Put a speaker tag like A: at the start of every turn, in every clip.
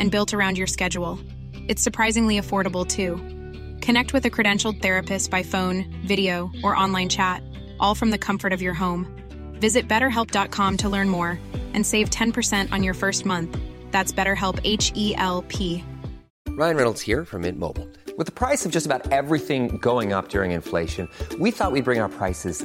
A: and built around your schedule. It's surprisingly affordable too. Connect with a credentialed therapist by phone, video, or online chat, all from the comfort of your home. Visit betterhelp.com to learn more and save 10% on your first month. That's BetterHelp H E L P.
B: Ryan Reynolds here from Mint Mobile. With the price of just about everything going up during inflation, we thought we'd bring our prices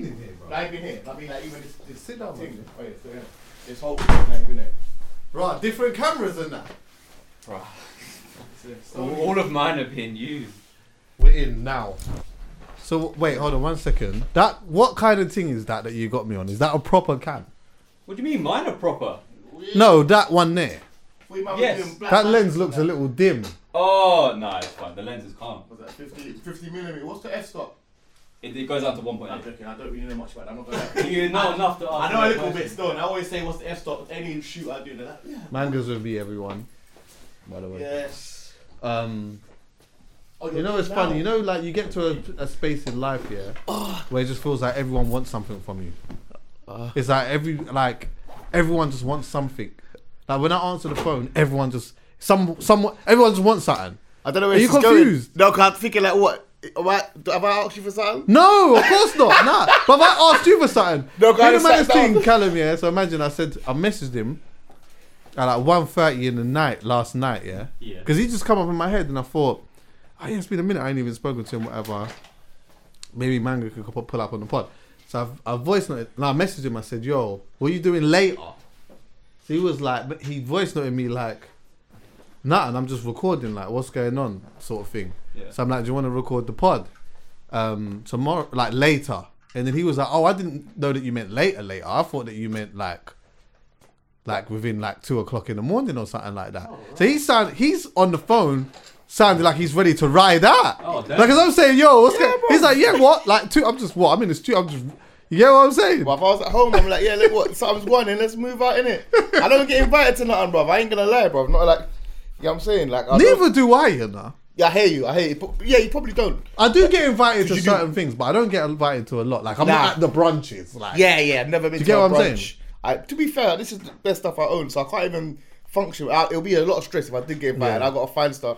C: in here, bro. Not even here. I mean, like even this, this sit down. Thing. Oh yeah, so yeah. This whole thing, like, you know. Right, different cameras than that.
D: Bruh.
C: It's so-
D: All, all of mine have been used.
C: We're in now. So wait, hold on one second. That what kind of thing is that that you got me on? Is that a proper cam?
D: What do you mean mine are proper?
C: No, that one there.
E: We might
D: Yes.
E: be doing black
C: That lens looks a little dim.
D: Oh no, it's fine. The lens is calm.
E: Was that 50, 50 millimeter? What's the f stop?
D: It, it goes down to one
E: I'm
D: point eight.
E: joking. I don't really know much about that. I'm not gonna lie.
D: You know enough to ask.
E: I know a
D: that
E: little
D: question.
E: bit still, and I always say, "What's the f stop?" Any shoot I do, they're like, yeah.
C: Mangas with me, everyone. By the way.
E: yes.
C: Um,
E: Oh,
C: you know, it's funny. You know, like you get to a, a space in life, yeah, where it just feels like everyone wants something from you. it's like every like everyone just wants something. Like when I answer the phone, everyone just some someone everyone just wants something.
F: I don't know
C: Are
F: where
C: you
F: she's
C: confused?
F: going. No, because I'm thinking like, what? Am I, have I asked you for something?
C: No, of course not. nah, but if I asked you for something,
F: No,
C: no,
F: guy,
C: the
F: I
C: man's
F: sat down.
C: thing, Callum. Yeah, so imagine I said I messaged him at like 1.30 in the night last night. Yeah,
D: Yeah.
C: because he just come up in my head, and I thought, oh, yeah, it's been a minute. I ain't even spoken to him. Whatever. Maybe Manga could pu- pull up on the pod. So I, I voice noted, and I messaged him. I said, "Yo, what you doing later?" So he was like, he voice noted me like, "Nah," and I'm just recording, like, "What's going on?" sort of thing.
D: Yeah.
C: So I'm like, "Do you want to record the pod um, tomorrow, like later?" And then he was like, "Oh, I didn't know that you meant later, later. I thought that you meant like, like within like two o'clock in the morning or something like
D: Oh,
C: that." So he sound, he's on the phone. Sounded like he's ready to ride out.
D: Oh, damn.
C: like as I'm saying, yo, what's going? He's like, yeah, what? Like, two. I'm just what? I'm in the street. I'm just. You get what I'm saying?
F: But if I was at home, I'm like, yeah, look what, something's going and let's move out in it. I don't get invited to nothing, bruv. I ain't gonna lie, bruv. Not like, you know what I'm saying? Like, I don't-
C: Neither do I, you know.
F: Yeah, I hear you. I hear you. Pro- Yeah, you probably don't.
C: I do get invited to
F: you do-
C: certain things, but I don't get invited to a lot. Like I'm
F: Nah.
C: not at the brunches. Like
F: Yeah, yeah. I've never been
C: Do you
F: to
C: get
F: a
C: what I'm
F: brunch.
C: saying?
F: I, to be fair, this is the best stuff I own, so I can't even function. I, it'll be a lot of stress if I did get invited.
C: Yeah.
F: I got to find stuff.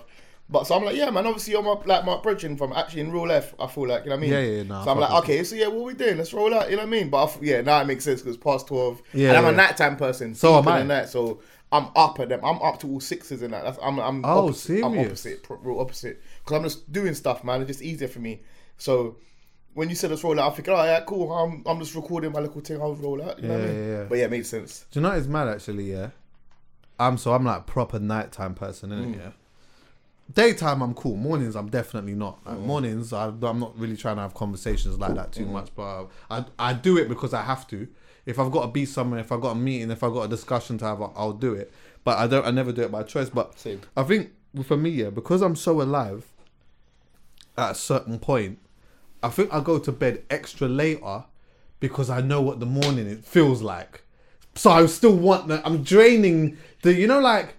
F: But so I'm like, yeah, man. Obviously, you're my like my brethren from actually in real life. I feel like you know what I mean.
C: Yeah, yeah, nah,
F: so I'm
C: fuck
F: like,
C: with
F: okay, so yeah, what we doing? Let's roll out. You know what I mean? But I f yeah, now it makes sense because past twelve.
C: Yeah,
F: Yeah, and I'm
C: yeah.
F: a nighttime person.
C: So
F: deep
C: am
F: in the
C: I.
F: Night, so I'm up at them. I'm up to all sixes and that. That's, I'm I'm
C: Oh,
F: opposite. I'm
C: serious?
F: opposite, pro- real opposite. Because I'm just doing stuff, man. It's just easier for me. So when you said let's roll out, I think, oh yeah, cool. I'm, I'm just recording my little thing. I'll roll out. You know what I
C: Yeah,
F: mean?
C: yeah, yeah.
F: But yeah, it made sense.
C: Do you know what is mad actually? Yeah, I'm so I'm like proper nighttime person, innit? Yeah. Daytime I'm cool. Mornings I'm definitely not. Like, Mornings I, I'm not really trying to have conversations like that too much, but I I do it because I have to. If I've got to be somewhere, if I've got a meeting, if I've got a discussion to have, I- I'll do it. But I don't. I never do it by choice. But
F: Same.
C: I think for me, yeah, because I'm so alive. At a certain point, I think I go to bed extra later because I know what the morning it feels like. So I still want that. I'm draining the, you know, like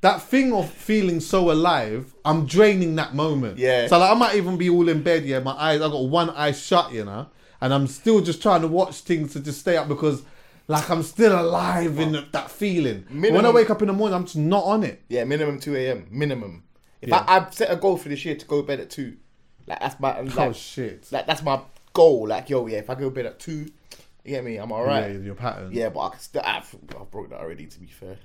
C: that thing of feeling so alive. I'm draining that moment.
F: Yeah.
C: So like, I might even be all in bed. Yeah, my eyes. I got one eye shut. You know, and I'm still just trying to watch things to just stay up because, like, I'm still alive in that feeling. When I
F: Minimum-
C: wake up in the morning, I'm just not on it.
F: Yeah, minimum two a.m. Minimum. If
C: Yeah.
F: I, I've set a goal for this year to go to bed at two, like that's my like,
C: Oh, shit.
F: Like that's my goal. Like yo, yeah, if I go to bed at two, you get me? I'm all right.
C: Yeah, your pattern.
F: Yeah, Mm-hmm. but I can still, I've, I've broke that already. To be fair,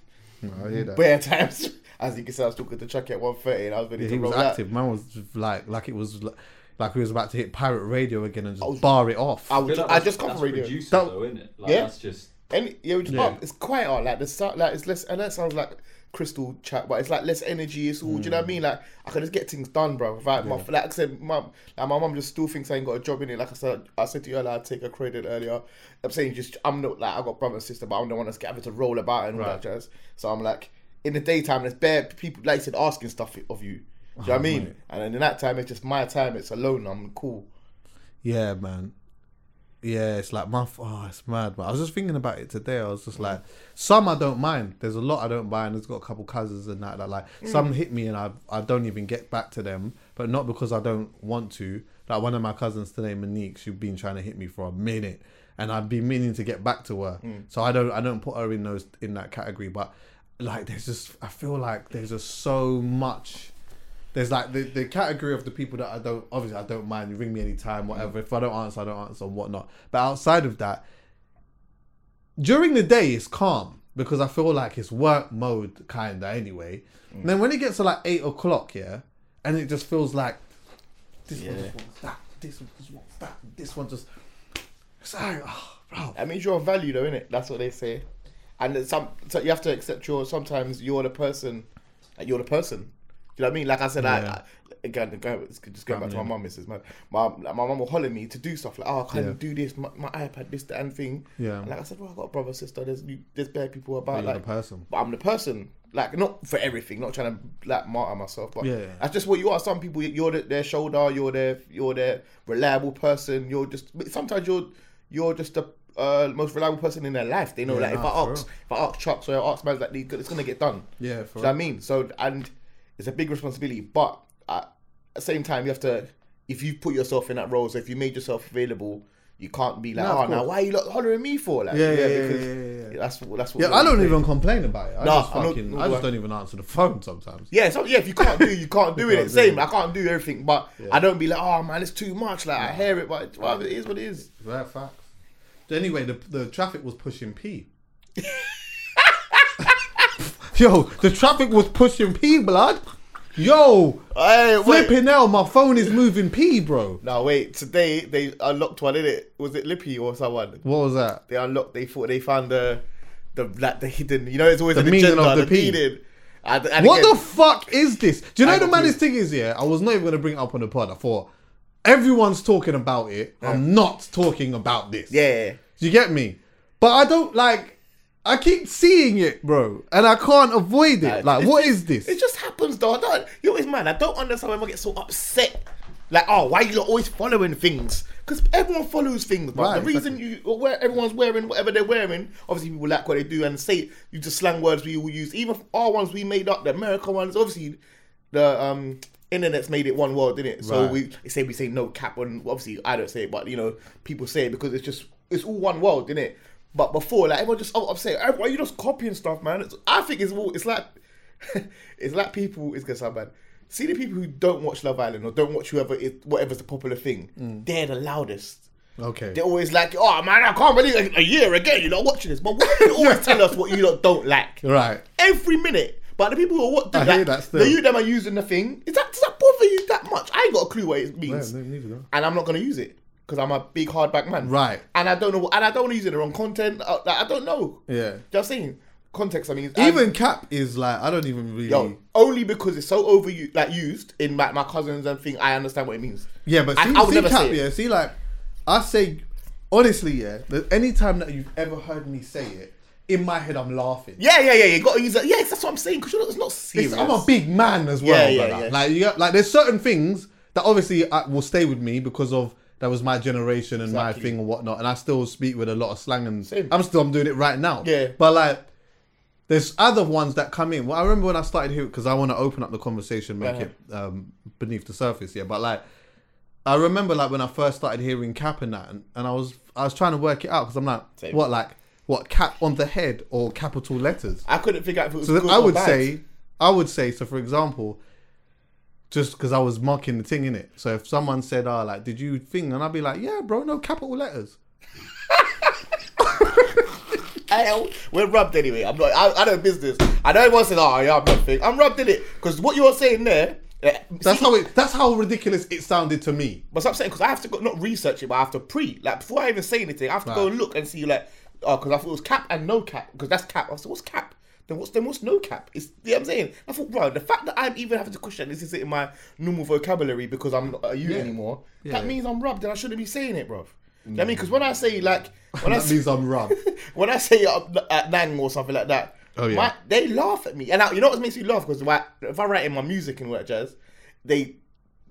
C: I hear that.
F: bare times. As you can see, I was talking to Chucky at 1.30 and I was ready
C: Yeah,
F: to
C: he was
F: roll out.
C: active. Man was like, like it was, li- like he was about to hit pirate radio again and just
F: was-
C: bar it off.
F: I,
D: I,
F: was,
D: feel like
F: I
D: that's-
F: just come
D: that's
F: from radio.
D: producer
C: Don't-
D: though, isn't it? Like,
F: Yeah.
D: That's just.
F: And yeah, which
C: Yeah.
F: up. It's quieter. Like the sound, like it's less. And that sounds like crystal chat, but it's like less energy. It's all. Do you know what I mean? Like I can just get things done, bro. Like my, like I said, mum, like my mum just still thinks I ain't got a job in it. Like I said, I said to you earlier, I take a credit earlier. I'm saying just I'm not like I got brother and sister, but I'm the one that's having to roll about and all that jazz. So I'm like in the daytime, there's bare people like you said asking stuff of you. Do you know what I mean? And then in that time, it's just my time. It's alone. I'm cool.
C: Yeah, man. Yeah, it's like my f- oh, it's mad. man. I was just thinking about it today. I was just like, some I don't mind. There's a lot I don't mind. There's got a couple cousins and that that like some hit me and I I don't even get back to them, but not because I don't want to. Like one of my cousins today, Monique, she's been trying to hit me for a minute, and I've been meaning to get back to her. So I don't I don't put her in those in that category. But like, there's just I feel like there's just so much there's like the, the category of the people that I don't obviously I don't mind you ring me anytime whatever if I don't answer I don't answer and whatnot but outside of that during the day it's calm because I feel like it's work mode kinda anyway and then when it gets to like eight o'clock yeah and it just feels like this one just wants that this one just wants that this one just it's like oh bro
F: That means you're of value, though, innit? That's what they say. And it's some, so you have to accept your. Sometimes you're the person. like, You're the person. Do you know what I mean? Like I said, I, I again, go- it's just going back to my mum. This is my mum. Like, my mum will holler at me to do stuff like, oh, can you
C: Yeah.
F: do this? My, my iPad, this, that, and thing.
C: Yeah.
F: And like I said, well, I got a brother, sister. There's you- there's bare people about.
C: But you're
F: like
C: the person.
F: But I'm the person. Like not for everything. Not trying to like martyr myself, but
C: Yeah, yeah.
F: that's just what you are. Some people, you're the, their shoulder. You're their you're their reliable person. You're just sometimes you're you're just the uh, most reliable person in their life. They know
C: Yeah,
F: like if
C: nah,
F: I
C: for
F: ask
C: real.
F: if I ask Chuck or I ask man like it's gonna get done.
C: Yeah,
F: Do
C: for
F: you know what I
C: real.
F: mean? So and it's a big responsibility, but at the same time you have to if you put yourself in that role, so if you made yourself available, you can't be like,
C: Nah,
F: oh,
C: of
F: now
C: course.
F: why are you lot hollering at me for? Like,
C: Yeah, yeah, yeah, yeah, yeah.
F: that's what that's what.
C: yeah
F: we're
C: I don't
F: doing.
C: even complain about it I
F: Nah,
C: just
F: I don't-
C: fucking
F: nor
C: I
F: do
C: just
F: I.
C: don't even answer the phone sometimes
F: Yeah, so yeah, if you can't do, you can't do it.
C: can't do
F: Same,
C: it.
F: I can't do everything, but I don't be like, oh man, it's too much. Like I hear it, but well, it is what it is.
C: Right, facts. Anyway, the, the traffic was pushing P. Yo, the traffic was pushing P, blood. Yo,
F: Hey, wait.
C: flipping hell, my phone is moving P, bro.
F: No, wait. Today they unlocked one in it. Was it Lippy or someone?
C: What was that?
F: They unlocked. They thought they found the the like the hidden. You know, it's always
C: The
F: an
C: meaning
F: agenda.
C: of the
F: the
C: P.
F: meaning. And, and
C: What
F: again,
C: the fuck is this? Do you know
F: I
C: the
F: got
C: maddest
F: you.
C: thing is, yeah? I was not even going to bring it up on the pod. I thought, everyone's talking about it. I'm not talking about this.
F: yeah.
C: Do you get me? But I don't like. I keep seeing it, bro, and I can't avoid it. Like,
F: it's
C: what
F: just-
C: is this?
F: It just happens, though. I don't, you know, it's mad. I don't understand why everyone gets so upset. Like, oh, why you lot always following things? Because everyone follows things, but
C: Right,
F: the reason
C: exactly.
F: you or where everyone's wearing whatever they're wearing, obviously people like what they do and say you just slang words we all use. Even our ones we made up, the American ones, obviously the um internet's made it one word, didn't it? So
C: Right.
F: we they say we say no cap on obviously I don't say it, but you know, people say it because it's just it's all one world, isn't it? But before, like everyone just oh, upset. Why are you just copying stuff, man? It's, I think it's all- it's like it's like people. It's gonna sound bad. See the people who don't watch Love Island or don't watch whoever is whatever's the popular thing. They're the loudest.
C: okay.
F: They're always like, oh man, I can't believe it. a year again you're not watching this. But why do you always tell us what you lot don't like?
C: Right.
F: every minute. But the people who are what do
C: I
F: that,
C: hear that still.
F: the you them are using the thing. Is that does that bother you that much? I ain't got a clue what it means,
C: Yeah, no, neither do
F: and I'm not gonna use it because I'm a big hardback man.
C: Right.
F: And I don't know. And I don't want to use it in the wrong content. I, like, I don't know.
C: Yeah.
F: Do you know what I'm saying context. I mean, and-
C: Even Cap is like, I don't even really.
F: yo, only because it's so over like used in my, my cousins and thing. I understand what it means.
C: yeah, but
F: I-
C: see,
F: I would
C: see
F: never
C: Cap,
F: say it.
C: yeah, see, like, I say, honestly, yeah, the- any time that you've ever heard me say it, in my head, I'm laughing.
F: Yeah, yeah, yeah. You got to use it. Yes, that's what I'm saying. Because it's not serious.
C: It's- I'm a big man as well.
F: Yeah, yeah,
C: brother.
F: yeah.
C: Like, you got, like, there's certain things that obviously uh, will stay with me because of that was my generation and my
F: Exactly.
C: thing and whatnot, and I still speak with a lot of slang and I'm still I'm doing it right now.
F: Yeah.
C: but like. There's other ones that come in. Well, I remember when I started here because I want to open up the conversation, make
F: Yeah.
C: it um, beneath the surface. Yeah, but like I remember like when I first started hearing cap and that, and, and I was I was trying to work it out because I'm like, what like what cap on the head or capital letters?
F: I couldn't figure out if it was.
C: So then
F: good
C: I
F: or
C: would
F: bad.
C: say, I would say. So for example, just because I was mocking the thing in it. So if someone said, "Ah, like, did you thing?" and I'd be like, "Yeah, bro, no capital letters."
F: hell? We're rubbed anyway. I'm not. I, I know business. I know everyone says, "Oh, yeah, I'm nothing." I'm rubbed in it because what you're saying there. eh,
C: That's
F: see-
C: how it. That's how ridiculous it sounded to me.
F: But I'm saying because I have to go, not research it, but I have to pre. Like before I even say anything, I have to go
C: Right.
F: and look and see like, oh, because I thought it was cap and no cap because that's cap. I said, what's cap? Then what's then what's no cap? It's you know what I'm saying. I thought, bro, the fact that I'm even having to question this is in my normal vocabulary because I'm not a you anymore. that means I'm rubbed and I shouldn't be saying it, bro. You know what I mean? Because when I say like when I
C: That
F: say,
C: means I'm rubbed.
F: when I say uh, at Nang or something like that,
C: Oh, yeah.
F: my- they laugh at me. And I, you know what makes me laugh? Because if I, if I write in my music and work jazz, they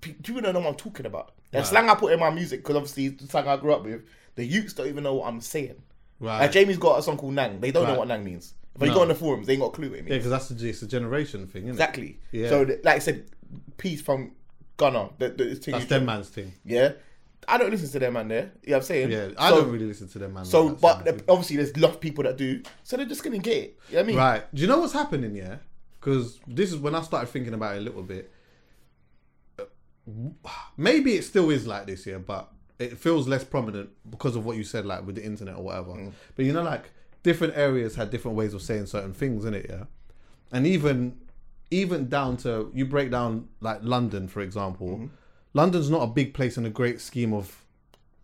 F: pe- people don't know what I'm talking about. The slang I put in my music, because obviously it's the slang I grew up with, the youths don't even know what I'm saying.
C: Right.
F: Like Jamie's got a song called Nang. They don't know
C: Right.
F: what Nang means. If you
C: No.
F: go on the forums, they ain't got a clue what it means.
C: Yeah, because that's the it's a generation thing, isn't
F: Exactly.
C: Yeah.
F: So, th- like I said, peace from Ghana. The, the, this thing
C: That's
F: you-
C: them man's thing.
F: Yeah. I don't listen to them, man, there. You know what I'm saying?
C: Yeah, I
F: So-
C: don't really listen to them man.
F: so,
C: like that
F: but
C: sometimes.
F: obviously, there's a lot of people that do. So they're just gonna get it. You know what I mean?
C: Right. Do you know what's happening? Yeah, because this is when I started thinking about it a little bit. Uh, Maybe it still is like this, yeah, but it feels less prominent because of what you said, like with the internet or whatever. But you know, like different areas had different ways of saying certain things, in it, yeah, and even even down to you break down like London, for example. London's not a big place in the great scheme of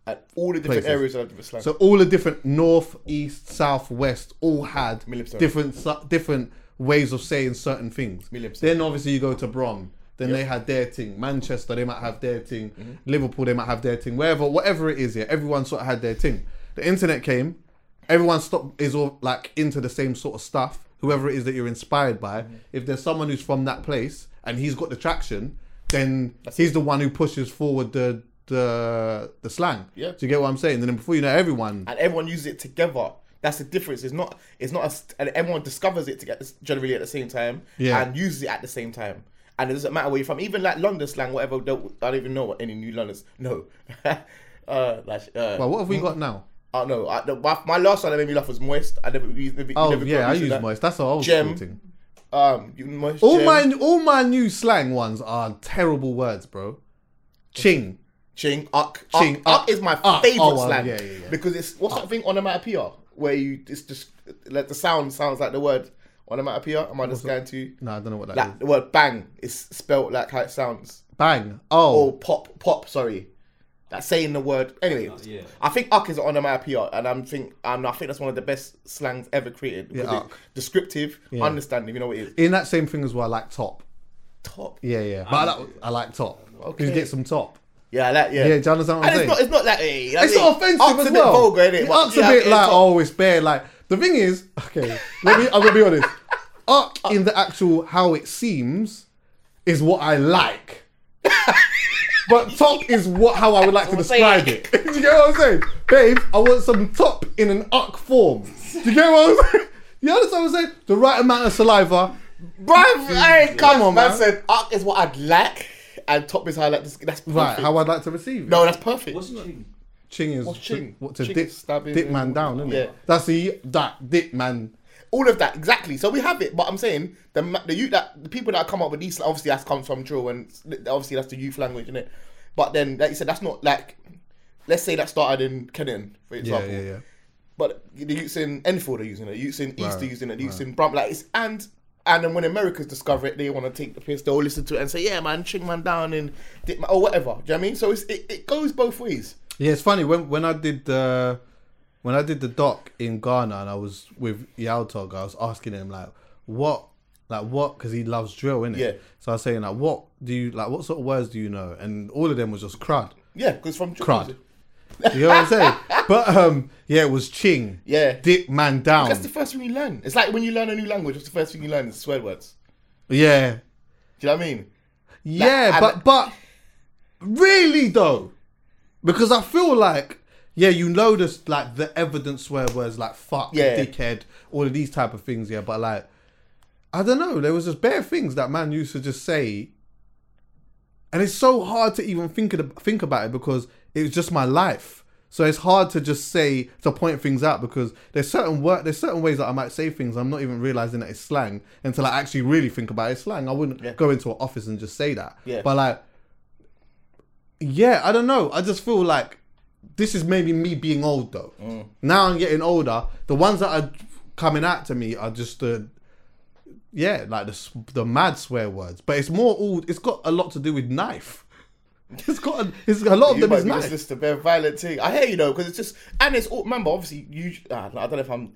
F: At all the different
C: Places.
F: areas of the slang.
C: so all the different north, east, south, west all had
F: Million percent.
C: different su- different ways of saying certain things.
F: Million percent.
C: Then obviously you go to Brom. Then they had their thing. Manchester they might have their thing.
F: Mm-hmm.
C: Liverpool they might have their thing. Wherever whatever it is, yeah, everyone sort of had their thing. The internet came. Everyone stopped is all like into the same sort of stuff. Whoever it is that you're inspired by,
F: Mm-hmm.
C: if there's someone who's from that place and he's got the traction, then he's the one who pushes forward the the the slang.
F: Yeah.
C: Do you get what I'm saying? And then before you know, it, everyone
F: and everyone uses it together. That's the difference. It's not. It's not. A, st- and everyone discovers it together generally at the same time.
C: Yeah.
F: And uses it at the same time. And it doesn't matter where you're from. Even like London slang, whatever. Don't, I don't even know what any new Londoners. No. uh, like, uh,
C: Well, what have we got now?
F: Oh no! I, the, my, my last one that made me laugh was moist. I never. We, never
C: Oh
F: never
C: yeah, I
F: used to
C: use
F: that.
C: moist. That's an old school
F: Gem.
C: thing.
F: Um, you, moist.
C: All
F: gem,
C: my all my new slang ones are terrible words, bro. Ching.
F: Ching, uck,
C: Ching,
F: uck, uck
C: uck,
F: is my
C: uck.
F: favorite
C: Oh, well,
F: slang
C: yeah, yeah, yeah.
F: because it's what's that thing onomatopoeia where you it's just like the sound sounds like the word onomatopoeia. Am I just going to
C: No, I don't know what that
F: like
C: is.
F: the word bang is spelt like how it sounds
C: Bang. Oh,
F: or pop pop. Sorry, that's saying the word anyway.
D: yeah.
F: I think uck is onomatopoeia, and I'm think and I think that's one of the best slangs ever created because
C: Yeah,
F: it's
C: uck.
F: descriptive, understanding. You know what it is.
C: in that same thing as well, I like top.
F: Top.
C: Yeah, yeah. But I like, I like top. Okay.
F: Okay.
C: get some top.
F: Yeah, I like yeah.
C: Yeah, do you understand what
F: and
C: I'm
F: it's
C: saying?
F: not it's not like hey, that's
C: It's
F: it.
C: not offensive
F: Uck's
C: as
F: a bit
C: well.
F: vulgar, innit?
C: It
F: But
C: ups
F: yeah,
C: a bit
F: yeah,
C: like
F: top.
C: oh, it's bare. Like the thing is, okay. Let me. I'm gonna be honest. Up in the actual how it seems is what I like. But top is what how I would like to
F: That's what I'm
C: describe it. Do you get what I'm saying? Babe, I want some top in an uck form. Do you get what I'm saying? You understand what I'm saying? The right amount of saliva.
F: Bruv, hey, come on, man.
C: man.
F: said up is what I'd like, and top is how I like this. That's perfect.
C: Right, how I'd like to receive it.
F: no, that's perfect.
D: What's ching?
C: ching is
F: What's ching?
C: what to
F: Ching
C: dip,
F: is stabbing
C: dip
F: and-
C: man down, isn't
F: Yeah.
C: it? That's the that dip man.
F: All of that, exactly. So we have it, but I'm saying the ma- the youth that the people that come up with these obviously that's come from drill, and s- obviously that's the youth language, innit? But then, like you said, that's not like, let's say that started in Kenan, for
C: Yeah,
F: example.
C: yeah, yeah.
F: But the youths in Enfield are using it. The youths in East are
C: Right,
F: using it. The youths in Brum, like it's and and then when Americans discover it, they want to take the piss. They'll listen to it and say, "Yeah, man, ching man down and dip man, or whatever." Do you know what I mean? So it's, it it goes both ways.
C: Yeah, it's funny when when I did the when I did the doc in Ghana and I was with Yao Tog, I was asking him like what like what because he loves drill, innit?
F: Yeah.
C: So I was saying like what do you like what sort of words do you know? And all of them was just crud,
F: Yeah, because from
C: crud. You know what I'm saying? But um, yeah, it was ching,
F: Yeah.
C: dip man down,
F: That's the first thing you learn. It's like when you learn a new language. That's the first thing you learn is swear words.
C: yeah,
F: Do you know what I mean?
C: yeah.
F: and-
C: but but really though, because I feel like yeah, you know this like the evidence swear words like fuck,
F: Yeah.
C: dickhead, all of these type of things. Yeah, but like I don't know, there was just bare things that man used to just say, and it's so hard to even think of, the- think about it because it was just my life. So it's hard to just say to point things out because there's certain work there's certain ways that I might say things I'm not even realizing that it's slang until I actually really think about it. It's slang. I wouldn't
F: Yeah.
C: go into an office and just say that.
F: Yeah.
C: But like yeah, I don't know. I just feel like this is maybe me being old though.
F: Mm.
C: Now I'm getting older. The ones that are coming out to me are just the yeah, like the s- the mad swear words. But it's more all. It's got a lot to do with knife. It's got a, it's a lot of
F: You
C: them
F: might
C: is
F: be
C: knife.
F: listening to bare violent thing. I hear you though, because it's just and it's all. Remember, obviously, you. ah, I don't know if I'm.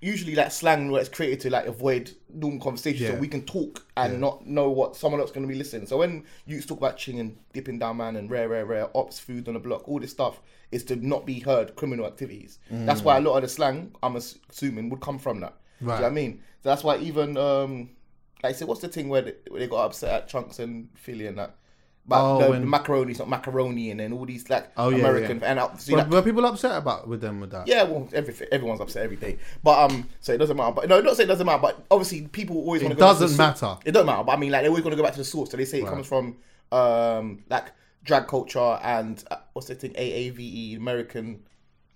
F: Usually, like slang, where it's created to like avoid normal conversation, so
C: Yeah.
F: we can talk and not know what someone else is going to be listening. So when you talk about ching and dipping down man and rare, rare, rare ops, food on the block, all this stuff is to not be heard criminal activities. That's why a lot of the slang, I'm ass- assuming, would come from that. Do you know what
C: Mm.
F: I
C: Right.
F: mean? So that's why even um, like I said, what's the thing where they, where they got upset at Trunks and Philly and that. But
C: Oh,
F: the,
C: when-
F: the macaroni, it's not macaroni, and then all these like
C: Oh yeah,
F: American
C: yeah.
F: and out. See,
C: were,
F: like,
C: were people upset about with them with that?
F: yeah, well, everything, everyone's upset every day, but um, so it doesn't matter. But no, not say it doesn't matter, but obviously people always want to.
C: doesn't matter.
F: It doesn't matter, but I mean, like they always want to go back to the source. So they say it comes from um, like drag culture and uh, what's the thing AAVE E, American.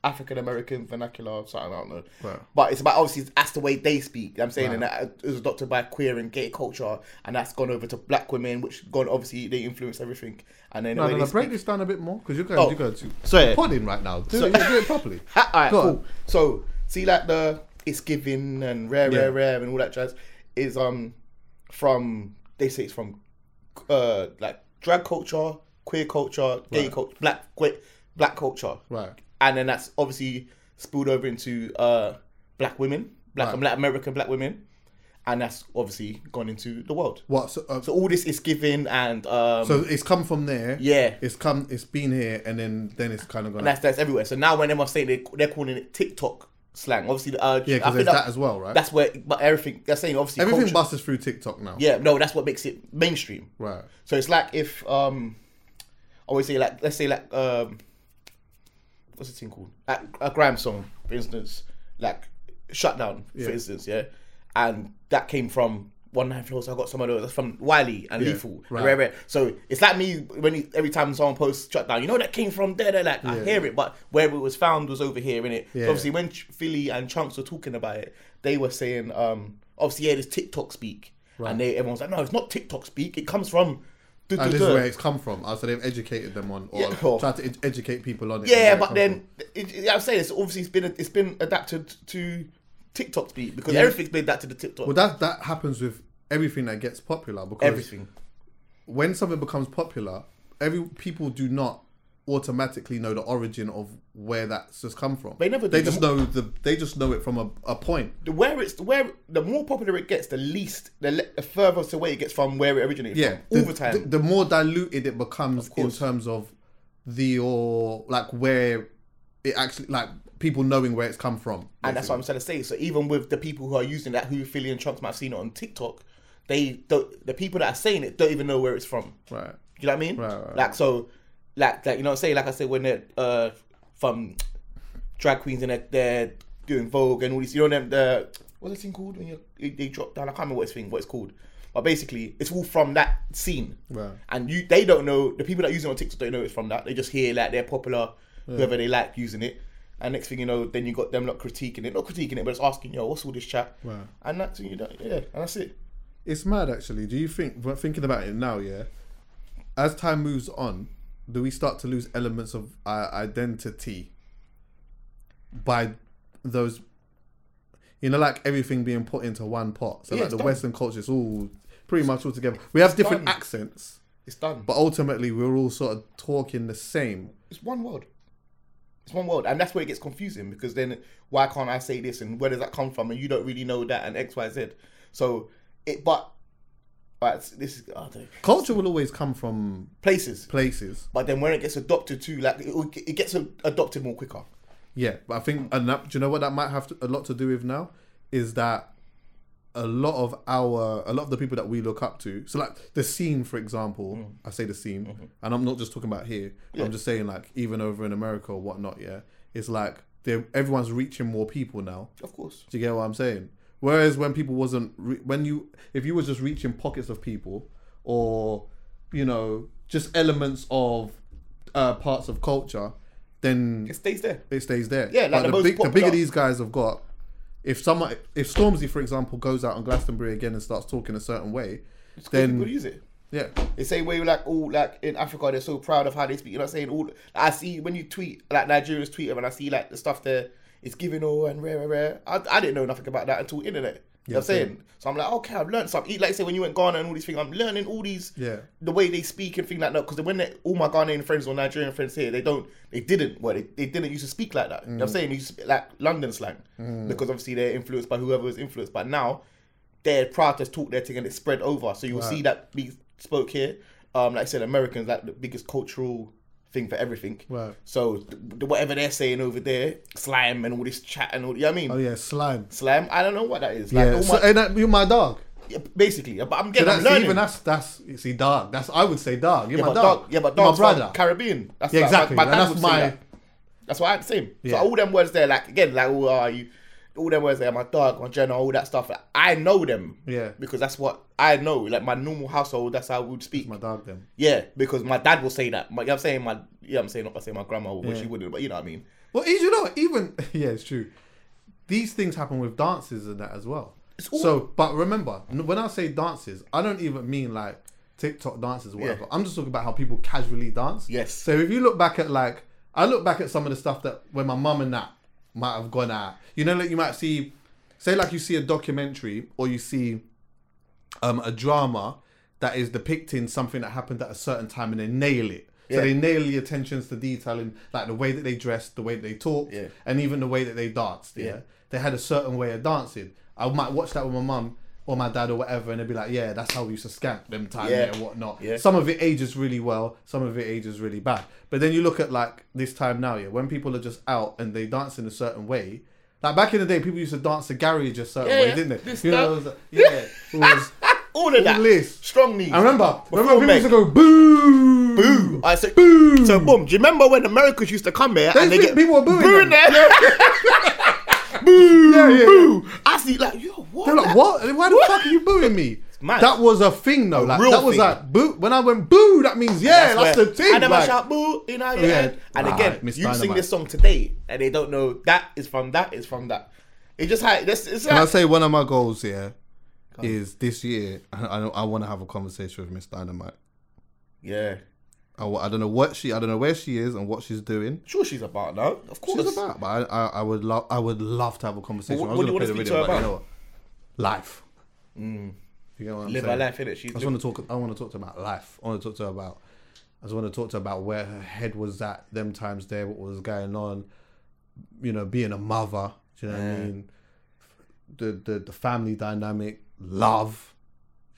F: African American vernacular, something I don't know,
C: Right.
F: but it's about obviously that's the way they speak. you know what I'm saying, and that is adopted by queer and gay culture, and that's gone over to black women, which gone obviously they influence everything, and then the
C: No,
F: way
C: no,
F: they
C: no,
F: speak.
C: break this down a bit more because you're going,
F: Oh,
C: you're going to
F: so yeah.
C: put in right now. Do,
F: So-
C: it, yeah, do it properly.
F: Ha- all right,
C: Go
F: cool.
C: on.
F: So see, like the it's giving and rare, rare,
C: Yeah.
F: rare, and all that jazz is um from they say it's from uh like drag culture, queer culture, gay culture, black queer, black culture,
C: Right.
F: And then that's obviously spilled over into uh black women, black
C: Right.
F: black American black women, and that's obviously gone into the world.
C: What? So, uh,
F: So
C: so,
F: all this is giving and um
C: it's come from there.
F: Yeah.
C: It's come. It's been here, and then then it's kind of gone.
F: And that's that's everywhere. So now when they must say they they're calling it TikTok slang. Obviously, the, uh,
C: Yeah, 'cause
F: I think
C: there's that as well, right?
F: That's where, but everything they're saying obviously
C: Everything
F: culture-
C: busts through TikTok now.
F: Yeah, no, that's what makes it mainstream.
C: Right.
F: So it's like if um, I always say like let's say like um, what's the thing called? Like a Graham song, for instance, like Shutdown, for instance, yeah, and that came from. One Nine Flows. I got some of those that's from Wiley and
C: Yeah,
F: Lethal.
C: right.
F: Rare, rare. So it's like me when he, every time someone posts Shutdown, you know that came from there. They're like, I hear it, but where it was found was over here, innit?
C: Yeah.
F: So obviously, when Ch- Philly and Chunks were talking about it, they were saying, um, obviously, yeah, there's TikTok speak, and they everyone's like, no, it's not TikTok speak. It comes from. duh, duh,
C: And this is
F: duh."
C: where it's come from. Uh, so they've educated them on, or
F: Yeah, cool.
C: tried to ed- educate people on it.
F: Yeah,
C: and where it
F: but
C: come
F: then it, it, I'm saying it's obviously it's been it's been adapted to TikTok speak because
C: Yeah.
F: everything's been adapted to TikTok.
C: from. well, that that happens with everything that gets popular because
F: everything.
C: when something becomes popular, every people do not automatically know the origin of where that's just come from.
F: They never
C: They
F: do.
C: just know the. They just know it from a, a point.
F: The where it's where the more popular it gets, the least the, le- the furthest away it gets from where it originated
C: Yeah,
F: from. All the, time.
C: The, more diluted it becomes in terms of the or like where it actually like people knowing where it's come from.
F: and that's what I'm trying to say. So even with the people who are using that, who Philly and Trunks might have seen it on TikTok, they don't. The people that are saying it don't even know where it's from.
C: Right.
F: Do you know what I mean?
C: Right, right,
F: Like so, like like you know what I'm saying. Like I said, when they're uh, from drag queens and they're, they're doing Vogue and all these, you know them the what's the thing called when you they they drop down? I can't remember what it's thing, what it's called. But basically, it's all from that scene.
C: Right.
F: And you, they don't know the people that use it on TikTok don't know it's from that. They just hear like they're popular, whoever they like using it. And next thing you know, then you got them not critiquing it, not critiquing it, but it's asking, yo, what's all this chat?
C: Right.
F: And that's you know, yeah, and that's it.
C: It's mad actually. Do you think but thinking about it now, yeah? As time moves on, do we start to lose elements of our identity by those you know, like everything being put into one pot. So
F: Yeah,
C: like
F: it's
C: the
F: done.
C: Western culture is all pretty much all together. We have different
F: done.
C: accents,
F: It's done.
C: but ultimately we're all sort of talking the same.
F: It's one world. It's one world, and that's where it gets confusing because then why can't I say this and where does that come from and you don't really know that and X Y Z. So it, but but this is I don't know,
C: Culture will always come from
F: places.
C: places.
F: But then when it gets adopted too, like it, it gets adopted more quicker.
C: Yeah, but I think and that, do you know what that might have to, a lot to do with now is that a lot of our a lot of the people that we look up to. So like the scene, for example, I say the scene, and I'm not just talking about here. I'm just saying like even over in America or whatnot. Yeah, it's like they everyone's reaching more people now.
F: Of course,
C: Do you get what I'm saying? Whereas when people wasn't re- when you if you were just reaching pockets of people or you know just elements of uh, parts of culture, then
F: it stays there.
C: it stays there.
F: Yeah, like
C: But
F: the most
C: big, the bigger
F: popular-
C: these guys have got, if someone, if Stormzy, for example, goes out on Glastonbury again and starts talking a certain way,
F: Then
C: then
F: use it.
C: Yeah.
F: The same way, like all like in Africa, they're so proud of how they speak. You know, what I'm saying all. I see when you tweet like Nigerians tweet them, and I see like the stuff there. It's giving all and rare, rare, rare. I, I didn't know nothing about that until internet. You know what I'm saying? So I'm like, okay, I've learned something. Like I say, when you went Ghana and all these things, I'm learning all these,
C: Yeah.
F: the way they speak and things like that. Because when they, all my Ghanaian friends or Nigerian friends here, they don't, they didn't, well, they, they didn't used to speak like that. You know
C: Mm.
F: what I'm saying? They used to speak like London slang. Because obviously they're influenced by whoever was influenced. But now, their proud to talk their thing and it spread over. So you'll see that we spoke here. Um, like I said, Americans like the biggest cultural thing for everything.
C: Right.
F: So th- whatever they're saying over there, slam and all this chat and all. You know what I mean?
C: Oh yeah, slime.
F: Slam. I don't know what that is. Like,
C: Yeah.
F: all
C: So,
F: my-
C: and that, you're my dog.
F: yeah, basically, yeah, but I'm
C: So
F: getting. I'm
C: that's
F: learning.
C: even that's that's you see dog. That's I would say dog. You're
F: yeah,
C: my
F: but
C: dog.
F: dog. Yeah, but
C: You're
F: dog's
C: my
F: from
C: brother.
F: Caribbean. That's
C: Yeah,
F: like-
C: exactly.
F: My, my
C: And
F: dad
C: that's
F: would say
C: my-
F: that. That's why I'm saying. So
C: Yeah.
F: all them words there, like again, like oh, are you? All them words there, my dog, my Jenna, all that stuff. Like, I know them.
C: Yeah.
F: Because that's what I know. Like my normal household, that's how we would speak.
C: My dog. Then.
F: Yeah, because my dad will say that. My, you know what I'm saying my, yeah, I'm saying not gonna say my grandma, well,
C: Yeah.
F: she wouldn't, but you know what I mean.
C: Well, as you know, even yeah, it's true. These things happen with dances and that as well.
F: all-
C: So, but remember, n- when I say dances, I don't even mean like TikTok dances, or whatever.
F: Yeah.
C: I'm just talking about how people casually dance.
F: Yes.
C: So if you look back at like, I look back at some of the stuff that when my mum and that might have gone at. You know, like you might see, say like you see a documentary or you see um, a drama that is depicting something that happened at a certain time and they nail it. So
F: Yeah.
C: they nail the attentions to detail in like the way that they dressed, the way that they talked,
F: Yeah.
C: and even the way that they danced. Yeah?
F: Yeah.
C: They had a certain way of dancing. I might watch that with my mum or my dad or whatever, and they'd be like, yeah, that's how we used to scamp them time
F: Yeah.
C: yeah. and whatnot.
F: Yeah.
C: Some of it ages really well, some of it ages really bad. But then you look at like this time now, yeah, when people are just out and they dance in a certain way. Like back in the day, people used to dance the garage a certain
F: Yeah,
C: way,
F: yeah.
C: didn't they?
F: This,
C: you
F: that.
C: know, it was like- yeah, it was-
F: All of that,
C: this.
F: strong knees.
C: I remember.
F: Before
C: Remember people
F: Meg.
C: used to go boo,
F: Boo! I say
C: Boo.
F: So boom. Do you remember when Americans used to come here
C: They
F: and they
C: think
F: get
C: people were booing
F: booing
C: them.
F: there? boo!
C: Yeah, yeah, yeah.
F: Boo! I see, like yo, what?
C: They're like,
F: that-
C: what? Why the fuck are you booing me?
F: mad.
C: That was a thing though. Like
F: real
C: that was
F: thing.
C: like boo. When I went boo, that means yeah, that's,
F: where-
C: the thing.
F: I never
C: like,
F: shout boo in our
C: Yeah.
F: head. And
C: Ah,
F: again,
C: Miss
F: you sing
C: Dynamite.
F: this song today, and they don't know that is from that is from that. It just had this. It's
C: Can I
F: like,
C: say one of my goals here is this year? I I want to have a conversation with Miss Dynamite.
F: yeah.
C: I, wa- I don't know what she, I don't know where she is and what she's doing.
F: Sure, she's about now. Of course,
C: She's about, but I, I, I would love, I would love to have a conversation.
F: But
C: I
F: what
C: was
F: do you
C: gonna
F: wanna
C: play the
F: speak
C: video,
F: to her
C: but you
F: about? Mm.
C: know what? Life. You get what I'm
F: Live
C: saying?
F: her life, innit? She's
C: I just want to talk. I want to talk to her about life. I want to talk to her about. I just want to talk to her about where her head was at them times there, what was going on, you know, being a mother. Do you know what I mean? The the the family dynamic, love.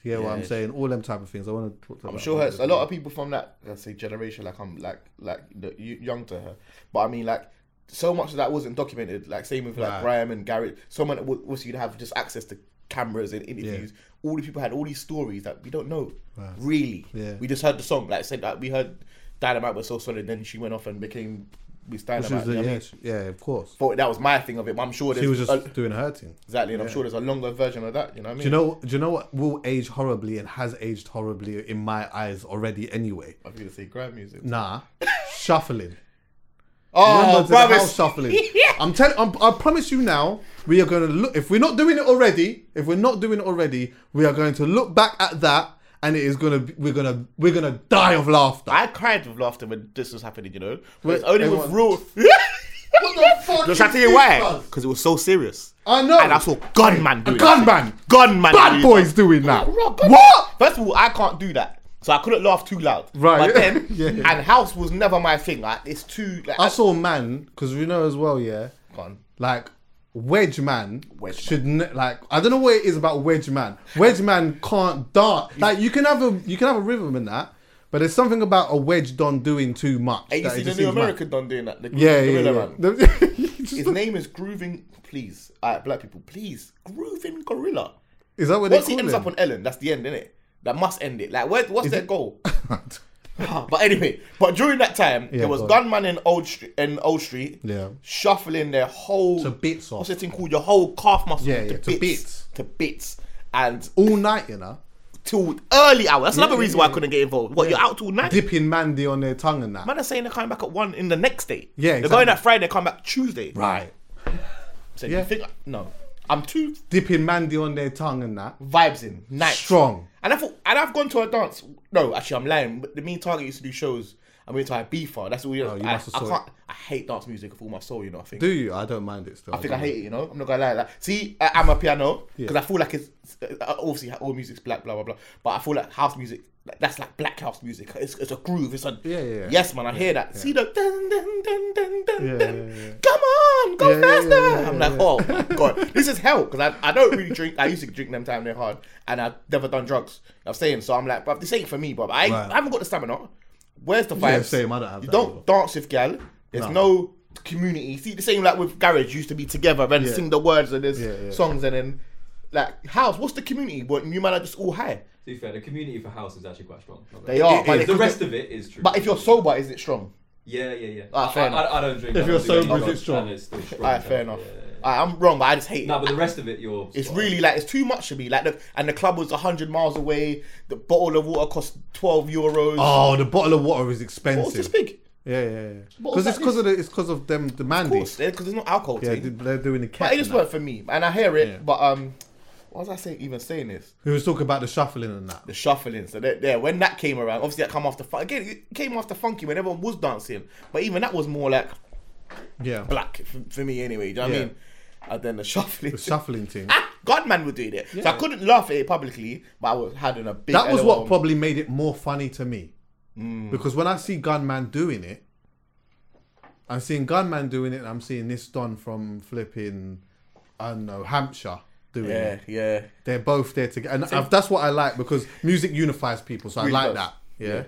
C: You get what I'm saying? All them type of things. I want to talk to her
F: I'm
C: about
F: sure
C: all
F: her,
C: this
F: a lot
C: stuff.
F: of people from that let's say generation like I'm like like the, you, young to her, but I mean like so much of that wasn't documented. Like same with like
C: Right.
F: Graham and Garrett, someone that w- was you'd have just access to cameras and interviews. All the people had all these stories that we don't know really.
C: Yeah.
F: We just heard the song. Like I said, like, we heard Dynamite was so solid. Then she went off and became Miss Dynamite.
C: She was
F: you know
C: the-
F: what I
C: yeah,
F: mean?
C: she- yeah, of course.
F: But that was my thing of it. But I'm sure there's
C: She was just
F: a-
C: doing her thing.
F: exactly, and I'm sure there's a longer version of that. You know what I mean?
C: Do you know? Do you know what will age horribly and has aged horribly in my eyes already? Anyway,
F: I'm gonna say Graham music.
C: nah, shuffling.
F: Oh,
C: Remember to the
F: brother,
C: house shuffling. I'm telling. I'm- I promise you now. We are going to look. If we're not doing it already, if we're not doing it already, we are going to look back at that, and it is gonna. be- We're gonna. We're gonna die of laughter.
F: I cried with laughter when this was happening, you know. But
C: Wait,
F: it's only with
C: everyone-
F: real.
C: what the fuck?
F: Just trying to tell you why, because it was so serious.
C: I know.
F: And I saw gunman do
C: A gunman.
F: gunman,
C: Bad
F: do
C: boys
F: that.
C: doing that.
F: Bro, gunman-
C: What?
F: First of all, I can't do that, so I couldn't laugh too loud.
C: Right.
F: But then,
C: Yeah.
F: and house was never my thing. Like it's too. Like,
C: I saw man because we know as well. Yeah.
F: Gone.
C: Like. Wedge man
F: Wedge
C: should ne- like I don't know what it is about Wedge man. Wedge man can't dance. Like you can have a you can have a rhythm in that, but there's something about a wedge don doing too much.
F: Hey, you
C: that it
F: see the
C: just
F: new
C: seems mad.
F: American done doing that? The
C: Yeah, yeah,
F: gorilla
C: yeah.
F: man.
C: The-
F: His name is Grooving, please. All right, black people, please. Grooving Gorilla.
C: Is that what they
F: Once he
C: call
F: ends
C: him?
F: up on Ellen, that's the end, innit? That must end it. Like, where, what's their
C: it-
F: goal? Ah, but anyway, but during that time, there was
C: go on.
F: gunman in Old Street, in Old Street,
C: Yeah.
F: shuffling their whole
C: To bits off.
F: What's the thing called? Your whole calf muscle,
C: Yeah, yeah,
F: to,
C: to
F: bits,
C: bits.
F: to bits, and
C: All night, you know,
F: till early hour. That's another
C: yeah,
F: reason why I couldn't get involved. What you're out till night?
C: dipping Mandy on their tongue and that.
F: Man are saying they're coming back at one in the next day.
C: Yeah,
F: they're going
C: exactly.
F: out Friday, come back Tuesday.
C: right.
F: So
C: Yeah.
F: you think no? I'm too
C: dipping Mandy on their tongue and that.
F: vibes in nice
C: Strong.
F: and i thought and i've gone to a dance no actually i'm lying but the mean target used to do shows and we went to Ibiza. That's all you know.
C: Oh, you
F: I,
C: must have
F: I
C: saw
F: can't.
C: it.
F: I hate dance music with all my soul. You know. I think.
C: Do you? I don't mind it still.
F: I think I hate it, you know. I'm not gonna lie. Like, see, I, I'm a piano because I feel like it's uh, obviously all music's black, blah blah blah. But I feel like house music, like, that's like black house music. It's, it's a groove. It's a
C: Yeah, yeah, yeah.
F: Yes, man, I hear that. See the dun, dun, dun, dun, dun,
C: Yeah,
F: dun.
C: yeah, yeah.
F: come on, go
C: Yeah, yeah,
F: faster.
C: yeah, yeah,
F: I'm
C: yeah,
F: like, oh my god, this is hell because I, I don't really drink. I used to drink them time they're hard, and I've never done drugs. I'm saying so. I'm like, but this ain't for me, bro. I, ain't
C: Right.
F: I haven't got the stamina. Where's the vibes?
C: Yeah, same, I don't have
F: you
C: that
F: don't
C: either.
F: dance with gal. There's no. community. See, the same like with garage used to be together and
C: Yeah.
F: sing the words and there's
C: Yeah, yeah.
F: songs and then like house. What's the community? What you man are just all high.
D: To be fair, the community for house is actually quite strong.
F: They are, but
D: the
F: if-
D: rest of it is true.
F: But if you're sober, is it strong?
D: yeah, yeah, yeah.
F: Ah,
D: I-
F: fair
D: I,
F: enough.
D: I, I don't drink.
C: If
D: I
C: you're
D: don't do any
C: sober,
D: drugs,
C: it's strong.
D: and it's still strong.
F: Alright, fair enough.
D: Yeah, yeah, yeah.
F: Alright, I'm wrong, but I just hate
D: No,
F: it.
D: but the rest of it, you're.
F: It's
D: sort of-
F: really like it's too much to me. Like the and the club was hundred miles away. The bottle of water cost twelve euros.
C: Oh, the bottle of water is
F: what was this
C: expensive.
F: big?
C: Yeah, yeah, yeah.
F: Bottles
C: Because it's
F: like
C: because of the, it's because of them the
F: Of
C: Mandy.
F: course, because there's no alcohol.
C: yeah,
F: thing.
C: they- they're doing the
F: but
C: cat.
F: it just
C: and that.
F: weren't for me, and I hear it.
C: Yeah.
F: But um, what was I saying? Even saying this?
C: We was talking about the shuffling and that.
F: the shuffling. So there, there, when that came around, obviously that come after fun. Again, it came after funky when everyone was dancing, but even that was more like
C: Yeah,
F: black for, for me anyway. Do you
C: Yeah.
F: know what I mean? And then the shuffling. Ah,
C: the shuffling thing.
F: Godman was doing it, so I couldn't laugh at it publicly, but I was having a big.
C: that was
F: LOL.
C: what probably made it more funny to me.
F: Mm.
C: Because when I see Gunman doing it, I'm seeing Gunman doing it, and I'm seeing this Don from flipping, I don't know, Hampshire doing
F: Yeah,
C: it.
F: yeah.
C: They're both there together, and I've, that's what I like because music unifies people. So
F: Really
C: I like
F: does.
C: that. Yeah?
F: Yeah.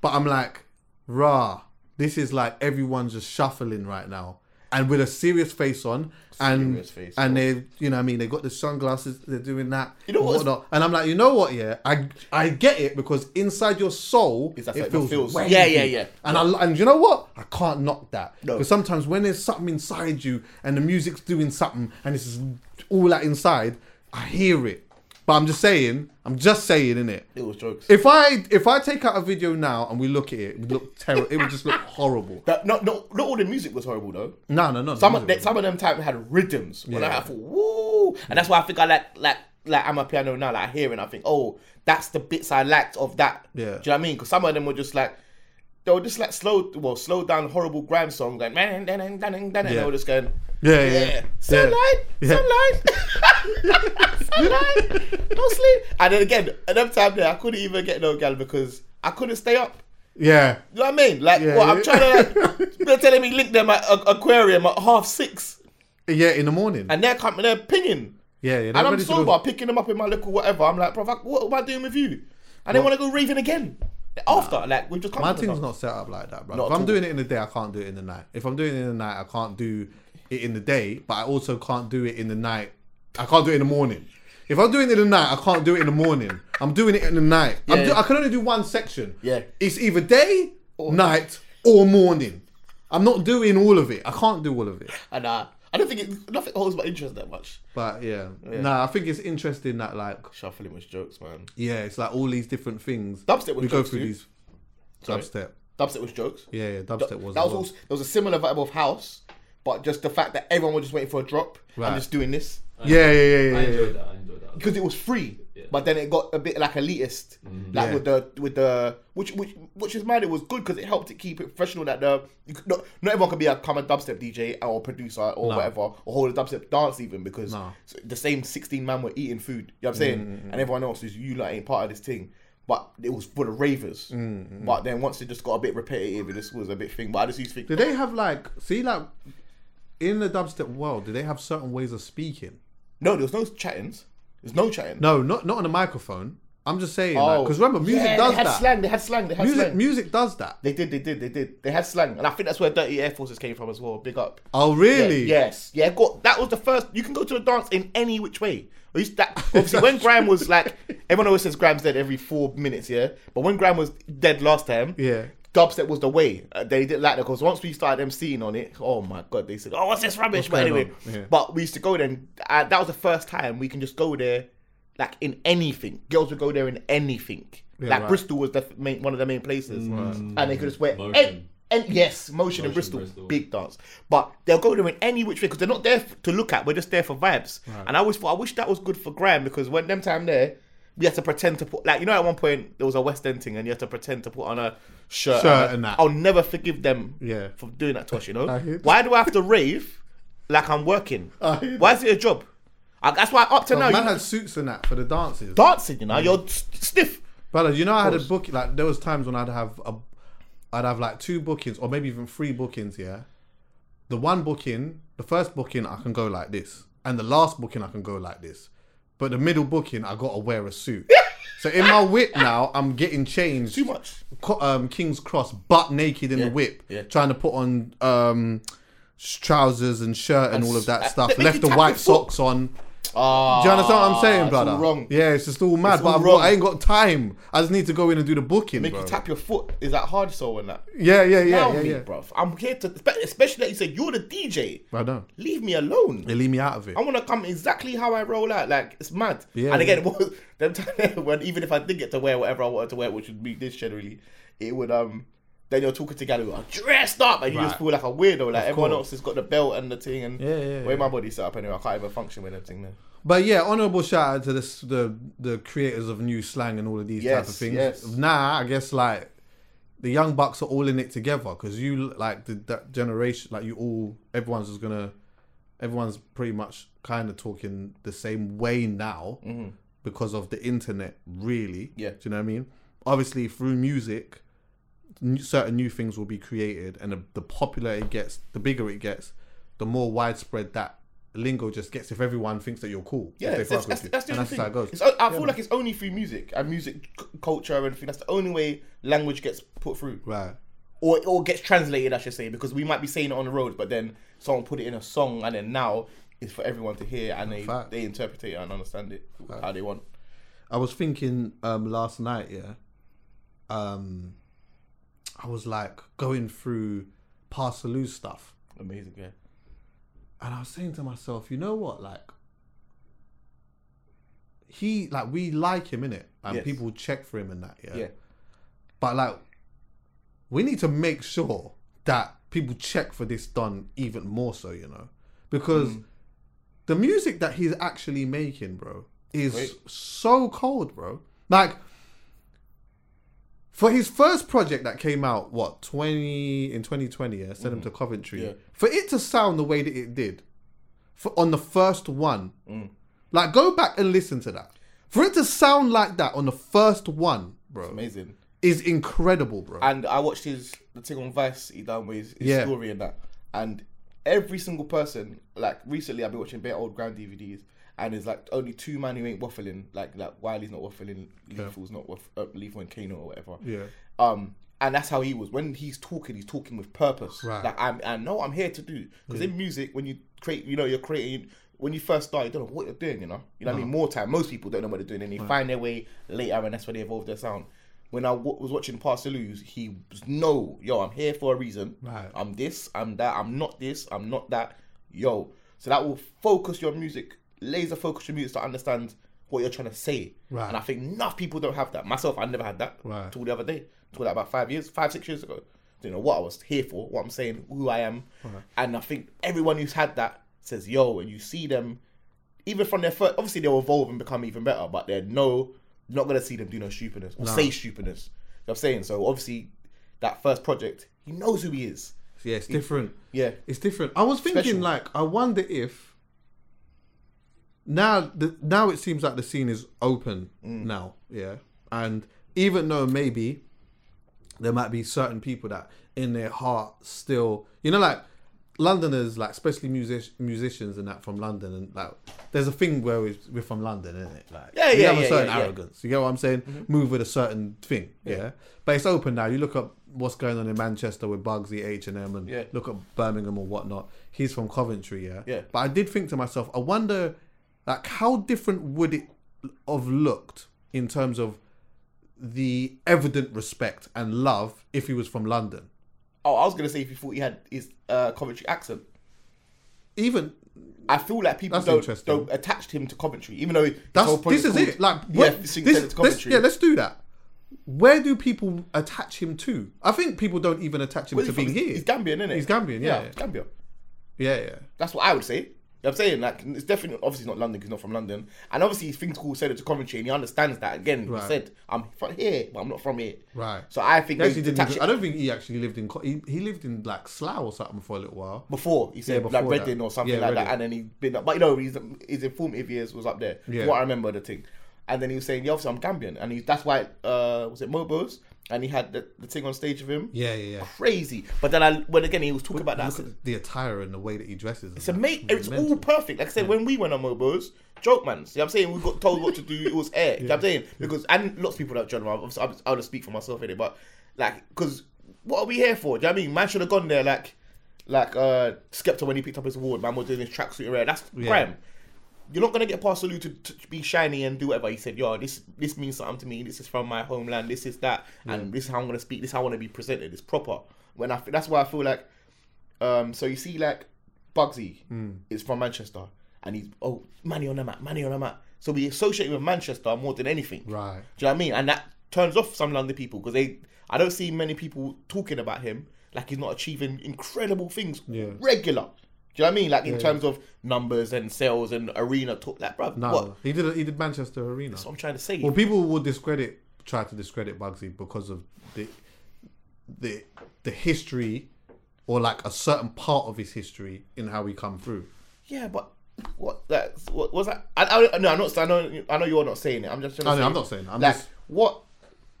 C: but I'm like, rah, this is like everyone's just shuffling right now, and with a serious face on, and
F: Serious face
C: and
F: on.
C: they, you know, what I mean, they got the sunglasses, they're doing that,
F: You know
C: and
F: what's-
C: whatnot. and I'm like, you know what? Yeah, I I get it because inside your soul,
F: It's that
C: it
F: like-
C: feels,
F: it feels-
C: wavy.
F: Yeah, yeah, yeah.
C: And I and you know what? I can't knock that
F: No.
C: because sometimes when there's something inside you and the music's doing something and this is all that inside, I hear it. But I'm just saying, I'm just saying, in it.
F: It was jokes.
C: If I if I take out a video now and we look at it, it would look terrible. it would just look horrible.
F: That, not, not, not all the music was horrible though.
C: No, no, no.
F: Some
C: the
F: of
C: music
F: them, some of them time had rhythms. When I,
C: Yeah.
F: I thought, woo, and that's why I think I like like like I'm a piano now. Like I hear and I think, oh, that's the bits I liked of that.
C: Yeah.
F: do you know what I mean? Because some of them were just like they were just like slow, well, slow down, horrible grime songs like man, dan, dan, dan, dan, dan, and they
C: Yeah.
F: were just going,
C: Yeah, yeah, yeah.
F: sunlight,
C: Yeah.
F: sunlight, sunlight, no sleep. And then again, at that time there, I couldn't even get no gal because I couldn't stay up.
C: Yeah.
F: You know what I mean? Like,
C: Yeah,
F: what I'm
C: yeah.
F: trying to, like, they're telling me link them at a, aquarium at half six,
C: Yeah, in the morning.
F: and they're coming, they're pinging,
C: yeah, yeah.
F: and I'm sober, picking them up in my local whatever. I'm like, bro, fuck, what am I doing with you? And they want to go raving again after, like, we just can't.
C: My
F: do
C: thing's
F: that.
C: not set up like that, bro.
F: Not
C: If
F: at
C: I'm
F: all.
C: doing it in the day, I can't do it in the night. If I'm doing it in the night, I can't do it in the day, but I also can't do it in the night. I can't do it in the morning. If I'm doing it in the night, I can't do it in the morning. I'm doing it in the night. I'm do-
F: Yeah.
C: I can only do one section.
F: Yeah.
C: It's either day, night, or morning. I'm not doing all of it. I can't do all of it.
F: And uh, I don't think it, nothing holds my interest that much.
C: But yeah, nah, I think it's interesting that like
F: Shuffling was jokes, man.
C: yeah, it's like all these different things.
F: Dubstep was
C: we go
F: jokes
C: through
F: too.
C: these
F: Sorry.
C: dubstep.
F: Dubstep was jokes.
C: Yeah, yeah, dubstep was.
F: that
C: as
F: was
C: well.
F: also there was a similar vibe of house, but just the fact that everyone was just waiting for a drop
C: Right.
F: and just doing this.
C: yeah, yeah, yeah, yeah.
D: I
C: yeah,
D: enjoyed that. I enjoyed that.
F: because it was free, but then it got a bit like elitist, like
C: Yeah.
F: with the with the which which which is mad. It was good because it helped it keep it professional. That the you could- not, not everyone can be a common dubstep DJ or producer or whatever or hold a dubstep dance even because the same sixteen man were eating food. You know what I'm saying?
C: Mm-hmm.
F: And everyone else is you like ain't part of this thing. But it was for the ravers.
C: Mm-hmm.
F: But then once it just got a bit repetitive, it just was a bit thing. But I just used to think,
C: Do they have like see like in the dubstep world? Do they have certain ways of speaking?
F: no, there was no chattings. There's no chatting.
C: No, not not on a microphone. I'm just saying because remember music
F: Oh. Yeah,
C: does
F: they had
C: that.
F: slang. They had slang. They had
C: music
F: slang.
C: music does that.
F: They did, they did, they did. They had slang, and I think that's where Dirty Air Forces came from as well. Big up.
C: Oh really?
F: Yeah, yes, yeah. Got that was the first. You can go to a dance in any which way. At least that obviously when Graham was like, everyone always says Graham's dead every four minutes, yeah. But when Graham was dead last time,
C: Yeah.
F: dubstep was the way. Uh, they didn't like that because once we started emceeing on it, oh my god, they said, oh, what's this rubbish? but
C: going
F: anyway,
C: on? Yeah.
F: but we used to go there. And, uh, that was the first time we can just go there, like in anything. Girls would go there in anything. like
C: right.
F: Bristol was the f- main, one of the main places, and they could just wear
D: Motion.
F: any, And yes, Mm. motion, in Bristol, big dance. But they'll go there in any which way because they're not there f- to look at. We're just there for vibes. And I always thought I wish that was good for Graham because when them time there, we had to pretend to put like you know at one point there was a West End thing and you had to pretend to put on a shirt.
C: Shirt
F: a-
C: and that.
F: I'll never forgive them
C: Yeah.
F: for doing that to us. You know
C: hear that.
F: why do I have to rave like I'm working?
C: hear
F: Why is it a job? I, that's why up to
C: Bro,
F: now
C: man
F: you
C: had suits and that for the dances.
F: dancing. You know you're s- stiff.
C: Brother, you know I had a book like there was times when I'd have a, I'd have like two bookings or maybe even three bookings. Yeah, the one booking, the first booking, I can go like this, and the last booking, I can go like this, but the middle booking, I gotta wear a suit. so in my whip now, I'm getting changed
F: Too much.
C: Co- um, King's Cross, butt naked in the whip,
F: yeah.
C: trying to put on um, s- trousers and shirt and, all of that
F: uh,
C: stuff.
F: they make
C: Left
F: you
C: the
F: tap
C: white
F: your foot.
C: socks on.
F: Ah,
C: Do you understand what I'm saying,
F: it's all
C: brother?
F: wrong.
C: Yeah, it's just all mad,
F: It's
C: but
F: all
C: I've got,
F: wrong.
C: I ain't got time. I just need to go in and do the booking.
F: Make
C: bro.
F: you tap your foot. Is that hard soul and that?
C: Yeah, yeah, yeah,
F: Allow
C: yeah,
F: me,
C: yeah.
F: bruv. I'm here to, espe- especially that you said you're the DJ.
C: I know.
F: Leave me alone.
C: They leave me out of it.
F: I want to come exactly how I roll out. Like it's mad.
C: Yeah,
F: and again,
C: yeah.
F: what them time when even if I did get to wear whatever I wanted to wear, which would be this generally, it would um. Then you're talking to guys who are dressed up, and you just
C: Right.
F: feel like a weirdo. Like everyone
C: course.
F: else has got the belt and the thing, and
C: Yeah, yeah,
F: way
C: yeah.
F: my body's set up anyway, I can't even function with everything. Then
C: But yeah, honourable shout out to this, the the creators of new slang and all of these type of
F: Yes,
C: things.
F: yes.
C: Now I guess like the young bucks are all in it together because you like the, that generation, like you all, everyone's just gonna, everyone's pretty much kind of talking the same way now because of the internet. Really,
F: Mm-hmm. Yeah.
C: Do you know what I mean? Obviously, through music, new- certain new things will be created, and the, the popular it gets, the bigger it gets, the more widespread that lingo just gets. If everyone thinks that you're cool,
F: Yeah,
C: if they
F: it's- that's,
C: fuck with
F: that's,
C: you.
F: that's the
C: and
F: only
C: that's
F: thing.
C: how it goes.
F: It's- I, I feel like it's only through music and music c- culture and everything. That's the only way language gets put through,
C: right.
F: or or gets translated, I should say, because we might be saying it on the road, but then someone put it in a song, and then now it's for everyone to hear, and they
C: Fact.
F: they interpret it and understand it how they want.
C: I was thinking um last night, yeah. Um, I was like going through Parsaloo stuff,
F: Amazing, yeah.
C: and I was saying to myself, you know what, like. He like we like him in it, and
F: Yes.
C: people check for him and that.
F: Yeah,
C: But like, we need to make sure that people check for this done even more so, you know, because
F: Hmm.
C: the music that he's actually making, bro, is
F: Great.
C: so cold, bro. Like, for his first project that came out, what twenty in twenty twenty, yeah, sent him to Coventry.
F: Hmm. Yeah.
C: For it to sound the way that it did, for on the first one,
F: Hmm.
C: like go back and listen to that. For it to sound like that on the first one, bro,
F: amazing.
C: is incredible, bro.
F: And I watched his the thing on Vice he done with his, his
C: Yeah.
F: story and that. And every single person, like recently, I've been watching bare old grand DVDs, and there's like only two man who ain't waffling, like like Wiley's not waffling, Lethal's not waff- uh, Lethal and Kano or whatever.
C: Yeah.
F: Um, and that's how he was. When he's talking, he's talking with purpose.
C: Right.
F: Like I'm, I know what I'm here to do. Because in music, when you create, you know, you're creating. When you first start, you don't know what you're doing. You know, you know what I mean. More time, most people don't know what they're doing, and they find their way later, and that's where they evolve their sound. When I w- was watching Parsaloo's, he was no, yo, I'm here for a reason.
C: Right.
F: I'm this, I'm that, I'm not this, I'm not that, yo. So that will focus your music, laser focus your music to understand what you're trying to say.
C: Right.
F: And I think enough people don't have that. Myself, I never had that
C: Right.
F: till the other day, till like about five years, five six years ago. You know what I was here for, what I'm saying, who I am, and I think everyone who's had that says, "Yo," and you see them, even from their first. Obviously, they'll evolve and become even better, but they're no, you're not gonna see them do no stupidness or say stupidness. You know what I'm saying so. Obviously, that first project, he knows who he is.
C: yeah, it's different.
F: Yeah.
C: it's different. I was thinking,
F: Special.
C: like, I wonder if now the now it seems like the scene is open
F: Mm.
C: now, yeah, and even though maybe there might be certain people that in their heart still, you know, like Londoners, like especially music musicians and that from London, and like there's a thing where we- we're from London, isn't it? Like,
F: Yeah,
C: we
F: yeah,
C: have a
F: yeah,
C: certain
F: yeah, yeah.
C: arrogance. You get what I'm saying?
F: Mm-hmm.
C: Move with a certain thing, yeah. But it's open now. You look up what's going on in Manchester with Bugsy, H and M, and
F: Yeah.
C: look at Birmingham or whatnot. He's from Coventry, yeah.
F: Yeah.
C: But I did think to myself, I wonder, like, how different would it have looked in terms of the evident respect and love if he was from London.
F: Oh, I was gonna say if you thought he had his uh, Coventry accent.
C: Even
F: I feel like people
C: That's
F: don't,
C: interesting.
F: don't attach him to Coventry, even though his
C: that's
F: whole
C: this
F: project's
C: is
F: called-
C: it. Like
F: yeah,
C: what,
F: this,
C: this, let's, yeah, let's do that. Where do people attach him to? I think people don't even attach him
F: Where's
C: to
F: he from?
C: being here.
F: He's Gambian, isn't it?
C: He's Gambian, yeah.
F: yeah. Gambia.
C: Yeah, yeah.
F: That's what I would say. You know what I'm saying like it's definitely obviously not London. 'cause He's not from London, and obviously things cool said it to Coventry, and he understands that. Again,
C: Right.
F: he said, "I'm from here, but I'm not from here."
C: Right.
F: So I
C: He
F: think they
C: actually didn't.
F: detach
C: even-
F: it
C: I don't think he actually lived in. Co- He, he lived in like Slough or something for a little while.
F: before he said
C: Yeah,
F: like
C: before that.
F: Reading or something
C: Yeah,
F: like that,
C: Reading.
F: and then he been up. But you know, his, his informative years was up there.
C: Yeah.
F: What I remember the thing, and then he was saying, "Yeah, obviously I'm Gambian," and he, that's why uh, was it Mobos, and he had the, the thing on stage of him.
C: Yeah, yeah, yeah.
F: Crazy, but then I when again he was talking about that. I
C: Look
F: said,
C: at the attire and the way that he dresses.
F: It's amazing. It's all perfect. Like I said, when we went on Mobos, joke man. See, what I'm saying we got told what to do. It was air. You know what I'm saying because and lots of people that joined. them, Obviously, I'll- I'll just speak for myself in it, but like, because what are we here for? Do you know what I mean? Man should have gone there like, like uh Skepta when he picked up his award. Man was doing his tracksuit around. That's crime. You're not gonna get past Salute to, to be shiny and do whatever. He said, "Yo, this this means something to me. This is from my homeland. This is that, and this is how I'm gonna speak. This is how I want to be presented. It's proper." When I f- that's why I feel like um, so you see, like Bugsy is from Manchester, and he's oh money on the map, money on the map. So we associate with Manchester more than anything.
C: Right.
F: Do you know what I mean? And that turns off some London people because they I don't see many people talking about him like he's not achieving incredible things regular. Do you know what I mean? Like in terms of numbers and sales and arena talk, like bruv,
C: No,
F: what?
C: he did. He did Manchester Arena.
F: That's what I'm trying to say.
C: Well, people will discredit, try to discredit Bugsy because of the, the, the history, or like a certain part of his history in how he come through.
F: yeah, but what that what was that? I, I no, I'm not. I know. I know you're not saying it. I'm just. trying to
C: I know,
F: say-
C: I'm not saying it. I'm
F: like
C: just-
F: what?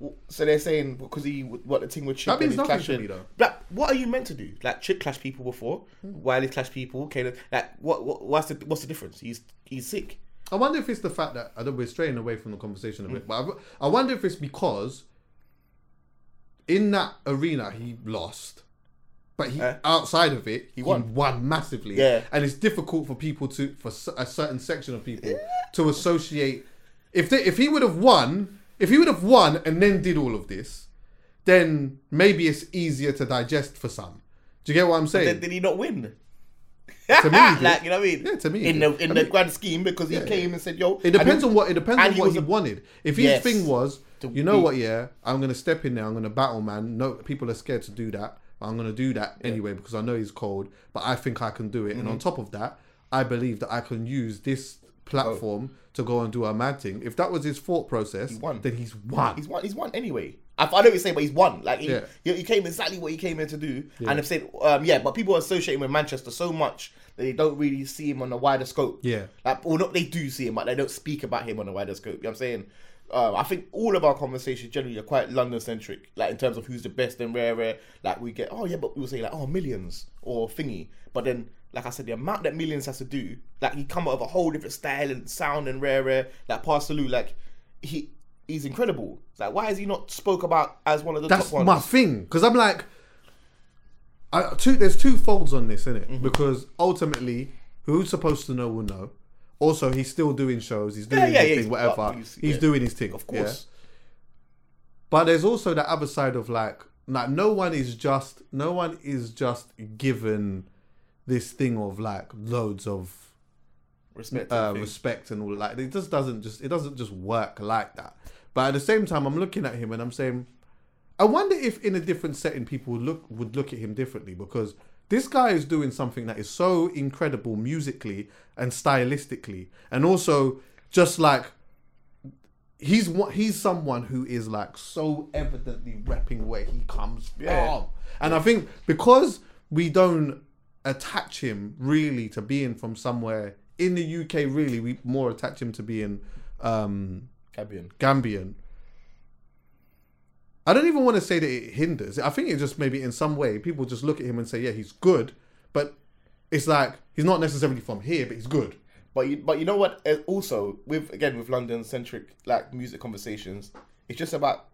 F: wh- So they're saying because he what the thing with Chip
C: That
F: and
C: means
F: he's
C: nothing to
F: clashing.
C: me, though.
F: Like, what are you meant to do? Like Chip clashed people before, Wiley clashed people. Caleb, like what, what? What's the what's the difference? He's he's sick.
C: I wonder if it's the fact that I know we're straying away from the conversation a bit,
F: Mm.
C: but I, I wonder if it's because in that arena he lost, but he outside of it he
F: won.
C: massively.
F: Yeah.
C: and it's difficult for people to for s- a certain section of people to associate. If they, if he would have won, if he would have won and then did all of this, then maybe it's easier to digest for some. Do you get what I'm saying?
F: Then did he not win?
C: To me, he did.
F: like you know what I mean?
C: Yeah, to me, he
F: in
C: did.
F: the in
C: I
F: the
C: mean-
F: grand scheme, because he came and said, "Yo."
C: It depends
F: and-
C: on what it depends
F: and
C: on what
F: was
C: he
F: a-
C: wanted. If his
F: Yes.
C: thing was,
F: To
C: you know
F: be-
C: what, yeah, I'm gonna step in there, I'm gonna battle, man. No, people are scared to do that. But I'm gonna do that anyway because I know he's cold, but I think I can do it.
F: Mhm.
C: And on top of that, I believe that I can use this
F: Oh.
C: platform to go and do a mad thing. If that was his thought process,
F: won.
C: then he's won.
F: He's won. He's won anyway. I, I know what you're saying, but he's won. Like he,
C: Yeah.
F: he, he came exactly what he came here to do, and I've said, um, yeah. But people are associating with Manchester so much that they don't really see him on a wider scope.
C: Yeah.
F: Like, or not, they do see him, but they don't speak about him on a wider scope. You know what I'm saying? Um, I think all of our conversations generally are quite London centric, like in terms of who's the best and where, where. Like we get, oh yeah, but we'll say like, oh millions or thingy, but then. Like I said, the amount that millions has to do, like he come out of a whole different style and sound and rare, rare. Like Parsaloo, like he he's incredible. Like, why is he not spoke about as one of the
C: That's
F: top ones?
C: my thing because I'm like, I, two, there's two folds on this, innit?
F: Mm-hmm.
C: Because ultimately, who's supposed to know will know. Also, he's still doing shows. He's doing
F: Yeah, yeah,
C: his
F: yeah,
C: thing,
F: he's-
C: whatever.
F: but he's-
C: He's,
F: yeah.
C: doing his thing,
F: of
C: yeah?
F: course.
C: But there's also the other side of like, like no one is just, no one is just given this thing of like loads of
F: Respect.
C: uh,
F: I think.
C: respect and all that. It just doesn't just it doesn't just work like that. But at the same time, I'm looking at him and I'm saying, I wonder if in a different setting people would look would look at him differently because this guy is doing something that is so incredible musically and stylistically, and also just like he's what he's someone who is like so evidently repping where he comes from, and I think because we don't attach him really to being from somewhere in the UK, really we more attach him to being um,
F: Gabian.
C: Gambian. I don't even want to say that it hinders. I think it just maybe in some way people just look at him and say, yeah, he's good, but it's like he's not necessarily from here, but he's good.
F: But you, but you know what? eh, Also, with again with London centric like music conversations, it's just about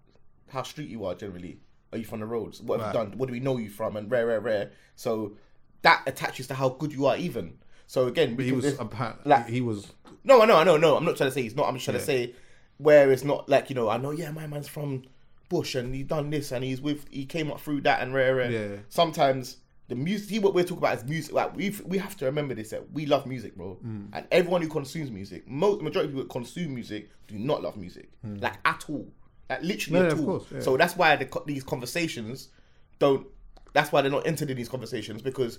F: how street you are generally. Are you from the roads? What have you done? What do we know you from? And rare, rare, rare. So that attaches to how good you are, even. So again,
C: He was apparent.
F: apparently like,
C: he was
F: No, I know, I know, no. I'm not trying to say he's not. I'm just trying to say where it's not like you know. I know, yeah, my man's from Bush and he done this and he's with he came up through that and rare. rare.
C: Yeah.
F: Sometimes the music. See what we're talking about is music. Like we we have to remember this that we love music, bro.
C: Mm.
F: And everyone who consumes music, most majority of people that consume music do not love music, like at all. like literally
C: No,
F: at
C: of
F: all.
C: course, Mm. yeah.
F: So that's why the, co- these conversations don't. That's why they're not entered in these conversations because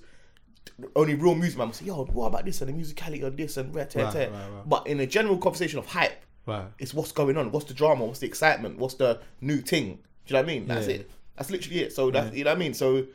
F: only real music man will say, "Yo, what about this and the musicality of this and rare, tear,
C: Right,
F: tear."
C: right, right.
F: But in a general conversation of hype,
C: Right.
F: it's what's going on, what's the drama, what's the excitement, what's the new thing. Do you know what I mean? That's
C: Yeah.
F: it. That's literally it. So that you know what I mean. So,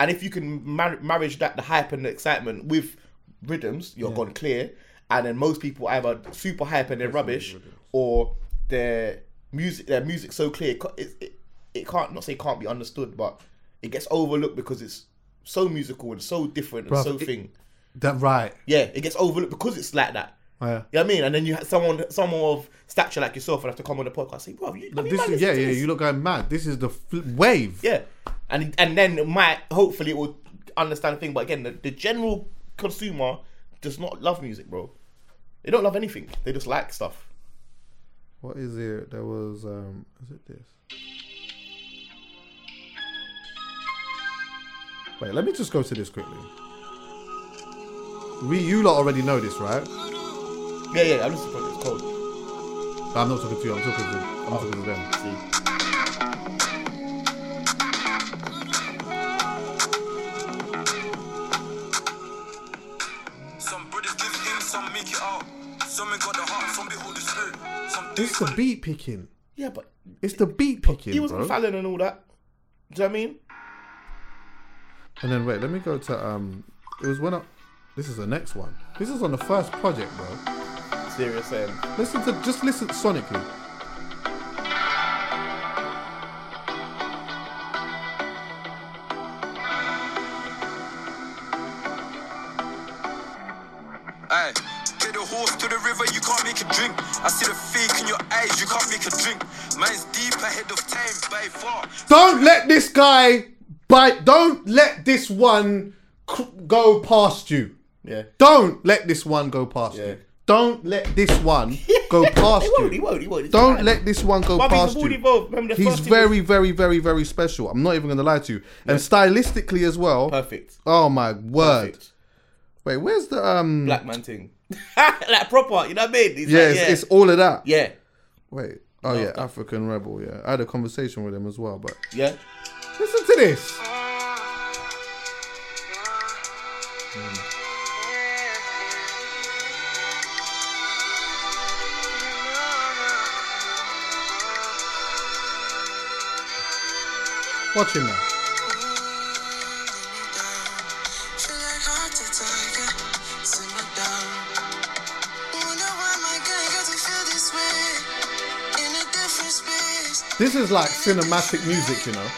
F: and if you can mar- marriage that the hype and the excitement with rhythms, you're gone clear. And then most people either super hype and they're rubbish, or their music their music so clear it, ca- it, it, it can't not say it can't be understood, but it gets overlooked because it's so musical and so different and
C: Bruv,
F: so
C: it-
F: thing.
C: That right.
F: Yeah, it gets overlooked because it's like that.
C: Oh, Yeah.
F: You know what I mean? And then you have someone someone of stature like yourself would have to come on the podcast and say, bro, you, have you
C: This
F: man
C: is, yeah,
F: listened to
C: yeah.
F: this?"
C: You look going mad. This is the fl- wave.
F: Yeah. And and then it might hopefully it will understand the thing. But again, the, the general consumer does not love music, bro. They don't love anything. They just like stuff.
C: What is it? There was. Um, is it this? Wait. Let me just go to this quickly. We, you lot already know this, right?
F: Yeah, yeah, I'm listening to it. It's cold.
C: I'm not talking to you. I'm talking to. I'm talking to them.
F: See.
G: Some brothers give in, some make it out. Some ain't got the heart, some behold the spirit. Some
C: It's the beat picking.
F: Yeah, but
C: It's the beat picking,
F: he was
C: bro.
F: on Fallon and all that. Do you know what I mean?
C: And then wait, let me go to um. It was when I. This is the next one. This is on the first project, bro.
F: Serious eh? saying.
C: Listen to just listen sonically.
G: Aye. Take the horse to the river, you can't make a drink. I see the fake in your eyes, you can't make a drink. Mine's deep ahead of time by far.
C: Don't let this guy bite. Don't let this one cr- go past you.
F: Yeah.
C: Don't let this one go past
F: Yeah.
C: you. Don't let this one go past
F: He
C: you.
F: won't, he won't, he won't. It's
C: Don't
F: fine.
C: let this one go
F: Bobby's
C: past
F: a
C: you.
F: ball evolved. Remember the
C: He's
F: first he was-
C: very, very, very, very special. I'm not even gonna lie to you. And stylistically as well.
F: Perfect.
C: Oh my word.
F: Perfect.
C: Wait, where's the um?
F: Black man thing. like proper, you know what I mean? It's
C: yeah,
F: like,
C: it's, it's all of that.
F: yeah.
C: Wait. Oh yeah, African rebel. Yeah, I had a conversation with him as well. But
F: Yeah.
C: listen to this. Watch him now. This is like cinematic music, you know. I'm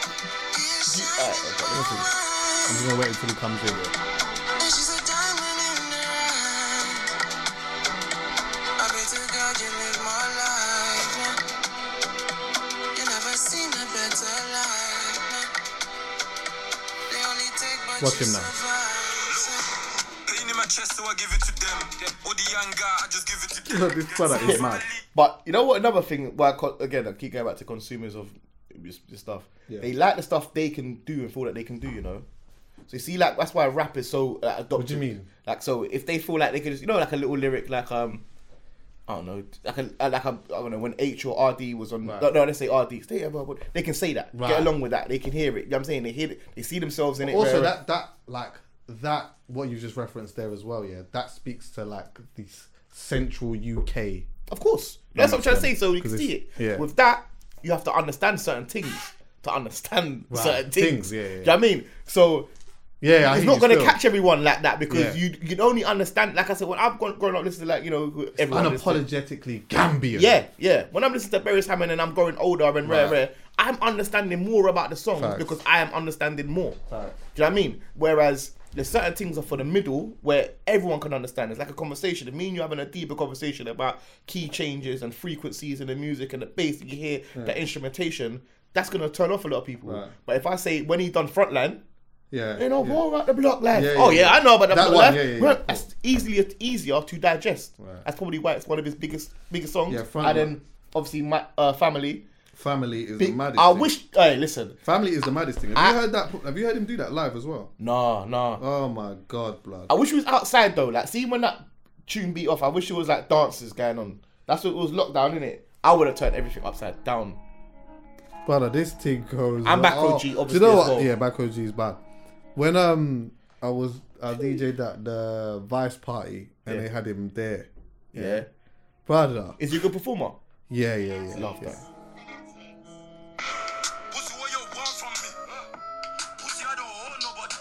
C: just gonna wait until he comes in. Watch him now.
G: Pain in my chest, so I give it to them. All the young guy, I just give it to them.
C: Look, this product is mad.
F: But you know what? Another thing, why I co- again, I keep going back to consumers of this, this stuff. They like the stuff they can do and feel that they can do. You know, so you see, like that's why rap is so uh, adopted. What
C: do you mean?
F: Like, so if they feel like they could, just, you know, like a little lyric, like um. I don't know, like a, uh, like a, I don't know when H or RD was on. No, no, let's say RD. Stay above, what- They can say that,
C: Right.
F: get along with that. They can hear it. You know what I'm saying they hear it. They see themselves in it.
C: also
F: rare-
C: that that like that what you just referenced there as well yeah that speaks to like this central uk
F: Of course. That's what I'm trying to say, so you can
C: 'Cause
F: see it.
C: it's- yeah.
F: With that, you have to understand certain things to understand
C: Right.
F: certain
C: Things,
F: things.
C: yeah, yeah,
F: Do you know what I mean? So
C: yeah
F: it's not going to catch
C: you
F: everyone like that because
C: Yeah.
F: you you can only understand, like I said, when I've gone, grown up listening to like, you know, who- everyone. listening-
C: unapologetically gambian
F: Yeah, yeah. When I'm listening to Barry's Hammond and I'm growing older and rare, rare, I'm understanding more about the songs
C: Facts.
F: because I am understanding more. Do you know what I mean? Whereas there's certain things are for the middle where everyone can understand. It's like a conversation. If me and you having a deeper conversation about key changes and frequencies in the music and the bass that you hear, the instrumentation, that's gonna turn off a lot of people.
C: Right.
F: But if I say when he done frontline,
C: yeah
F: you know
C: yeah.
F: more about the block life.
C: Yeah,
F: oh
C: yeah,
F: yeah,
C: yeah.
F: I know about the
C: That
F: block
C: one,
F: life.
C: yeah, yeah, yeah,
F: Well,
C: cool.
F: That's easily it's easier to digest.
C: Right.
F: That's probably why it's one of his biggest biggest songs.
C: Yeah, front
F: and
C: line.
F: then obviously my uh, family.
C: family is the
F: Big,
C: maddest
F: I
C: thing.
F: wish. Hey, listen.
C: family is the maddest thing have you
F: I-
C: heard that have you heard him do that live as well
F: Nah, nah.
C: oh my god blood
F: I wish it was outside though. Like, see when that tune beat off. I wish it was like dances going on. That's what it was lockdown in it. I would have turned everything upside down.
C: brother, this thing goes.
F: And Backroad
C: off.
F: G,
C: Do
F: obviously,
C: You know
F: as
C: what?
F: well.
C: Yeah, Backroad G is bad. When um, I was I DJ'd at the Vice party and they had him there,
F: Yeah.
C: brother.
F: Is he a good performer?
C: Yeah, yeah, yeah.
F: Love
C: yeah.
F: that.
G: Pussy, what you want from me? Pussy, I don't owe nobody.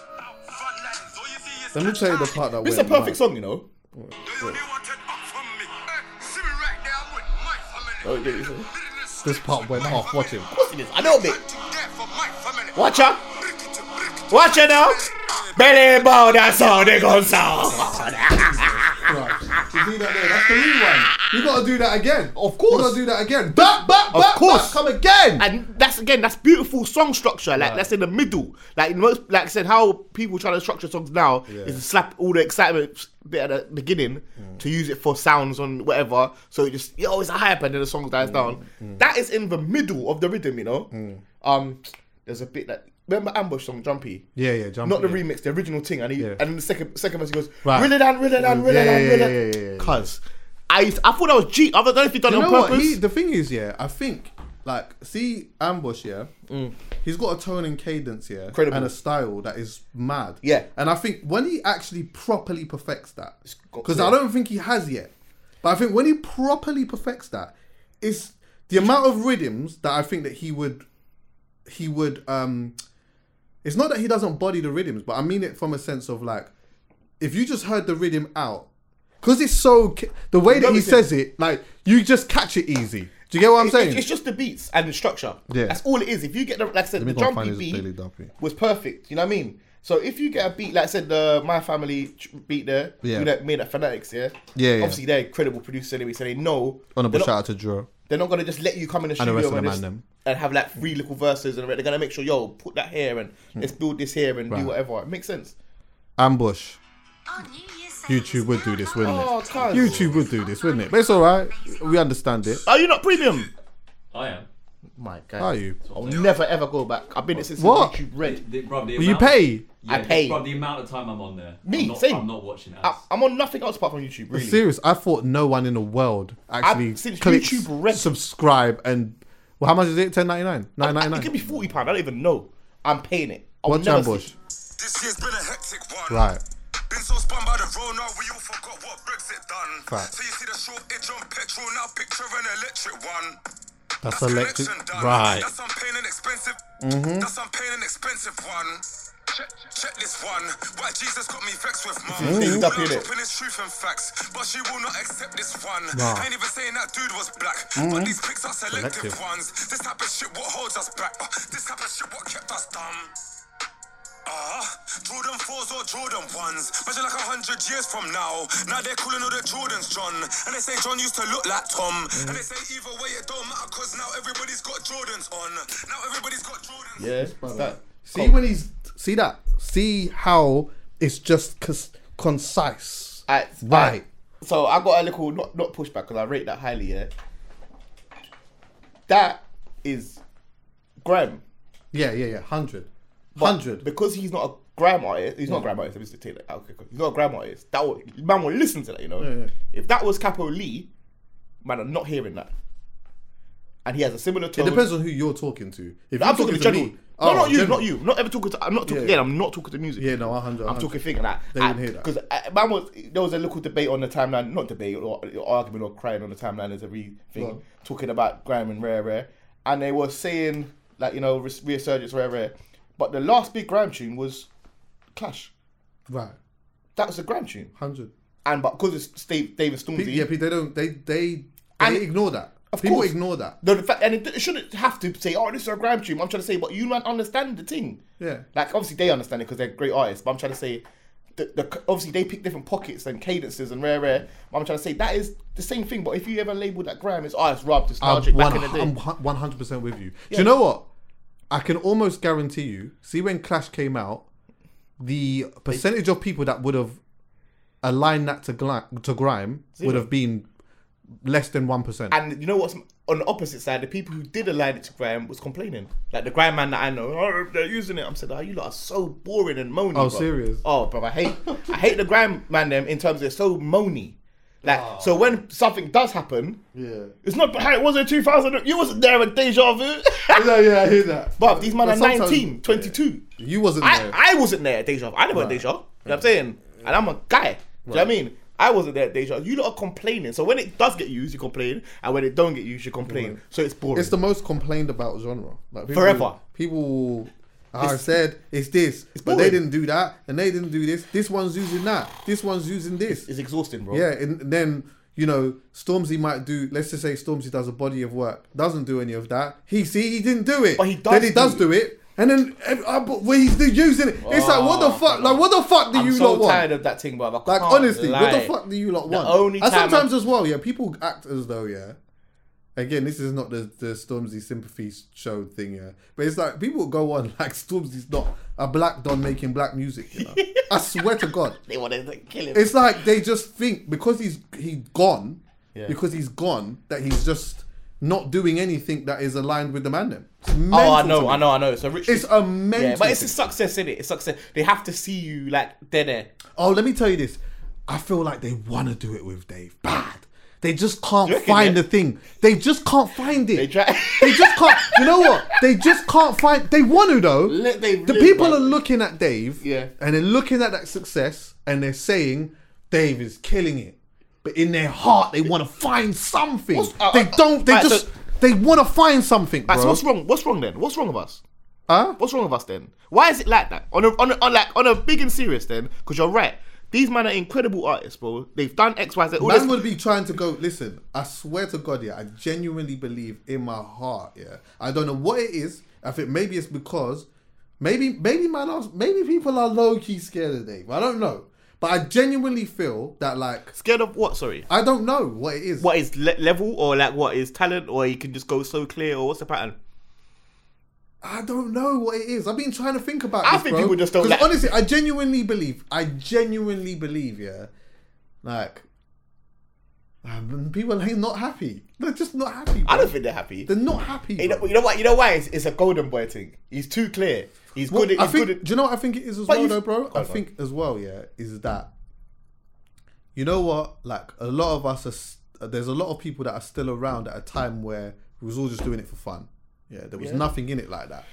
G: Front lines, all you see is
C: Let me tell you the part that.
F: This is a
C: went
F: perfect
C: mad.
F: song, you know.
G: Do you really want it up from me? Eh, See me right there, I'm with my family.
F: Oh, there you go.
G: Living in the streets
C: This part went
G: with my
C: off. Watch
G: family.
C: him.
F: It is. I know a bit.
G: Fight to death for my family.
F: Watch out.
G: Brick it to brick it to-
F: Watch it now. Belly bow, that's how they gon' sound.
C: Right. You do that there. That's the rewind. You gotta do that again.
F: Of course.
C: You gotta do that again. Back, back, back.
F: Of
C: back,
F: course.
C: come again.
F: And that's again, that's beautiful song structure. Like that's in the middle. Like in most, like I said, how people try to structure songs now is to slap all the excitement bit at the beginning
C: Mm.
F: to use it for sounds on whatever. So it just yo, it's a hype, and then the song
C: Mm,
F: dies down. That is in the middle of the rhythm, you know. Um, there's a bit that remember ambush song, Jumpy.
C: Yeah, yeah, Jumpy,
F: Not the
C: yeah.
F: remix, the original thing. And he,
C: Yeah.
F: and then the second second verse he goes,
C: Right.
F: rill it down, rill it down, rill
C: Yeah,
F: it down,
C: yeah,
F: rill
C: yeah,
F: it
C: yeah, yeah, yeah.
F: Cause I used- I thought that was cheap. I don't know if he done
C: You
F: it on
C: know what?
F: purpose.
C: He, the thing is, yeah, I think like see ambush, yeah. He's got a tone and cadence here,
F: Mm. Incredible.
C: and a style that is mad.
F: Yeah.
C: and I think when he actually properly perfects that,
F: got-
C: because
F: yeah.
C: I don't think he has yet, but I think when he properly perfects that, it's the amount of rhythms that I think that he would, he would. um It's not that he doesn't body the rhythms, but I mean it from a sense of like, if you just heard the rhythm out, because it's so ca- the way that he
F: Noticing.
C: says it, like you just catch it easy. Do you get what I'm
F: It- it-
C: saying?
F: It's just the beats and the structure.
C: Yeah.
F: That's all it is. If you get the like I said,
C: me
F: the
C: go and find
F: jumpy
C: his Daily
F: beat
C: Dumpy.
F: was perfect. You know what I mean? So if you get a beat like I said, the My Family ch- beat there,
C: Yeah.
F: you know, made at Fanatics, yeah,
C: Yeah, yeah.
F: Obviously they're incredible producers anyway, so they know.
C: Honorable
F: they're
C: shout
F: not,
C: out to Drew.
F: They're not gonna just let you come in the
C: And the
F: studio
C: rest of
F: and,
C: them and
F: just-
C: them.
F: and have like three little verses and they're gonna make sure yo put that here and let's build this here and do whatever. It makes sense.
C: Ambush. YouTube would do this, wouldn't
F: Oh,
C: it?
F: cuz.
C: YouTube would do this, wouldn't it? But it's all right. We understand it.
F: Are you not premium?
D: I am.
F: My God.
C: Are you?
F: I'll never ever go back. I've been it since
C: What?
F: YouTube Red.
D: The, bro, the
C: Will you
D: amount of-
C: pay?
D: Yeah,
F: I pay.
D: Bro, the amount of time I'm on there.
F: Me,
D: I'm not,
F: same.
D: I'm not watching ads.
F: I, I'm on nothing else apart from YouTube. Really.
C: Serious. I thought no one in the world actually
F: since
C: clicks
F: YouTube Red-
C: subscribe and well, how much is it? Ten ninety nine. Nine ninety
F: It could
C: nine.
F: be forty pound. I don't even know. I'm paying it. I'll
C: Watch
F: never
C: Ambush.
F: see-
G: This year's been a hectic one.
C: Right.
G: Been so spun by the road now, we all forgot what Brexit done.
C: Right.
G: So you see the shortage on petrol, now picture an electric one.
C: That's electric.
G: connection done.
C: Right.
G: That's I'm paying an expensive. That's I'm paying an expensive one. Check, check this one. Why Jesus got me vexed with mum.
F: Mhm.
G: All
F: Up
G: I'm
F: in it.
G: dropping is truth and facts, but she will not accept this one.
C: Nah.
G: I ain't even saying that dude was black,
F: Mm-hmm.
G: but these picks are selective,
C: Selective.
G: ones. This type of shit what holds us back. Uh, This type of shit what kept us dumb. Ah, Jordan 4s or Jordan 1s. Imagine like a hundred years from now. Now they're calling all the Jordans John. And they say John used to look like Tom. And they say either way it don't matter because now everybody's got Jordans on. Now everybody's got Jordans
F: Yeah. That,
C: See when he's see that. See how it's just cons- concise.
F: I,
C: Right.
F: I- so I got a little not not pushback because I rate that highly. Yeah. That is Graham.
C: Yeah, yeah, yeah. Hundred.
F: But
C: Hundred.
F: Because he's not a gram artist. He's not a gram artist. Let me just take that. out, Okay, cool. He's not a gram artist. That would, man would listen to that. You know. If that was Capo Lee, man, I'm not hearing that. And he has a similar tone.
C: It depends on who you're talking to. If
F: I'm
C: you're
F: talking, to general.
C: me-
F: No,
C: Oh,
F: not you,
C: general.
F: not you. Not ever talking to. I'm not talking.
C: Yeah.
F: Yeah, I'm not talking to music.
C: Yeah, no, 100,
F: I'm
C: 100.
F: talking thinking that.
C: They wouldn't hear that.
F: because uh, man was there was a little debate on the timeline, not debate or, or argument or crying on the timeline as everything
C: Right.
F: talking about Graham and Rare Rare, and they were saying like you know res- resurgence Rare Rare, but the last big Graham tune was Clash.
C: Right.
F: That was a Graham tune,
C: Hundred.
F: and but because it's Dave, David Stormzy,
C: Pe- Yeah, pe- they don't. They they they
F: And-
C: ignore that.
F: Of
C: People
F: course.
C: ignore that.
F: No, the fact, and it, it shouldn't have to say, "Oh, this is a gram tune." I'm trying to say, but you man understand the thing.
C: Yeah.
F: Like obviously they understand it because they're great artists. But I'm trying to say, the, the obviously they pick different pockets and cadences and rare rare. But I'm trying to say that is the same thing. But if you ever label that gram, it's oh, it's rubbed, it's nostalgic back in the day.
C: I'm Uh, one hundred percent with you. Do you know what? I can almost guarantee you. See, when Clash came out, the percentage of people that would have aligned that to gli- to grime would have been less than one percent.
F: and you know what's on the opposite side? The people who did align it to Graham was complaining. Like the Graham man that I know, oh, they're using it. I'm saying, oh, you lot are so boring and moany.
C: Oh,
F: bruv."
C: serious?
F: Oh, bro, I hate, I hate the Graham man them in terms of they're so moany. Like, so when something does happen, yeah, it's not how it was in 2000. You wasn't there with deja vu. yeah, yeah, I hear that. But these men
C: But
F: are
C: sometimes-
F: 19, 22.
C: You wasn't
F: I,
C: there.
F: I wasn't there at deja vu. I never had deja. vu. You know what I'm saying? And I'm a guy. Do you know what I mean? I wasn't there at deja. vu. You lot are complaining. So when it does get used, you complain, and when it don't get used, you complain. So it's boring.
C: It's the most complained about genre. Like people,
F: Forever.
C: People have said it's this, but they
F: boring.
C: didn't do that, and they didn't do this. This one's using that. This one's using this.
F: it's exhausting, bro.
C: Yeah, and then you know Stormzy might do. Let's just say Stormzy does a body of work, doesn't do any of that. He see he didn't do it,
F: But he does
C: Then he
F: do
C: does
F: it.
C: do it, and then ev- uh, but when he's using it, it's like what the fuck? Like what the fuck do
F: Ah, I'm
C: you
F: so
C: lot want?
F: tired of that thing, bro. I
C: Like
F: can't
C: honestly, what the
F: lie.
C: fuck do you lot
F: The
C: want?
F: only
C: and
F: time
C: sometimes
F: I-
C: as well, yeah, people act as though yeah. Again, this is not the, the Stormzy sympathy show thing, yeah. But it's like people go on like Stormzy's not a black don making black music. You know? I swear to God,
F: They want to kill him.
C: it's like they just think because he's he's gone, because he's gone that he's just not doing anything that is aligned with the man. Then It's
F: Oh,
C: mental
F: I
C: to
F: know,
C: me.
F: I know, I know. So rich.
C: It's a mental
F: Yeah, but it's
C: thing.
F: a success, isn't it? It's success. They have to see you like they're there.
C: Oh, let me tell you this. I feel like they want to do it with Dave bad. They just can't
F: You reckon,
C: find
F: yeah?
C: the thing. They just can't find it. They,
F: try-
C: just can't. You know what? They just can't find. They want to though.
F: Let they
C: the
F: live,
C: people
F: man.
C: are looking at Dave.
F: Yeah.
C: And they're looking at that success and they're saying Dave is killing it. But in their heart, they want to find something.
F: What's- uh,
C: they
F: uh,
C: don't. They
F: right, so-
C: just. they want to find something, bro.
F: Like, so what's wrong? What's wrong then? What's wrong with us?
C: Huh?
F: What's wrong with us then? Why is it like that? On a on a, on like on a big and serious then? Because you're right. These men are incredible artists, bro. They've done X, Y, Z. All
C: Man
F: this-
C: would be trying to go. Listen, I swear to God, yeah, I genuinely believe in my heart, yeah. I don't know what it is. I think maybe it's because maybe maybe man, are- maybe people are low key scared of Dave. I don't know, but I genuinely feel that like
F: scared of what? Sorry.
C: I don't know what it is.
F: What is le- level or like what is talent or he can just go so clear or what's the pattern?
C: I don't know what it is. I've been trying to think about.
F: I
C: this,
F: think
C: bro.
F: people just don't
C: 'Cause
F: like-
C: honestly, I genuinely believe. I genuinely believe. Yeah, like um, people ain't not happy. They're just not happy.
F: I
C: bro.
F: don't think they're happy.
C: They're not happy.
F: you, know,
C: bro.
F: you know what? You know why? It's, it's a golden boy thing. He's too clear. He's
C: Well,
F: good. At,
C: I
F: he's
C: think,
F: good. At,
C: do you know what I think it is as
F: But
C: well,
F: you've-
C: though, bro? I
F: on.
C: think as well, yeah, is that you know what? Like a lot of us are. s- There's a lot of people that are still around at a time where we was all just doing it for fun. Yeah, there was nothing in it like that.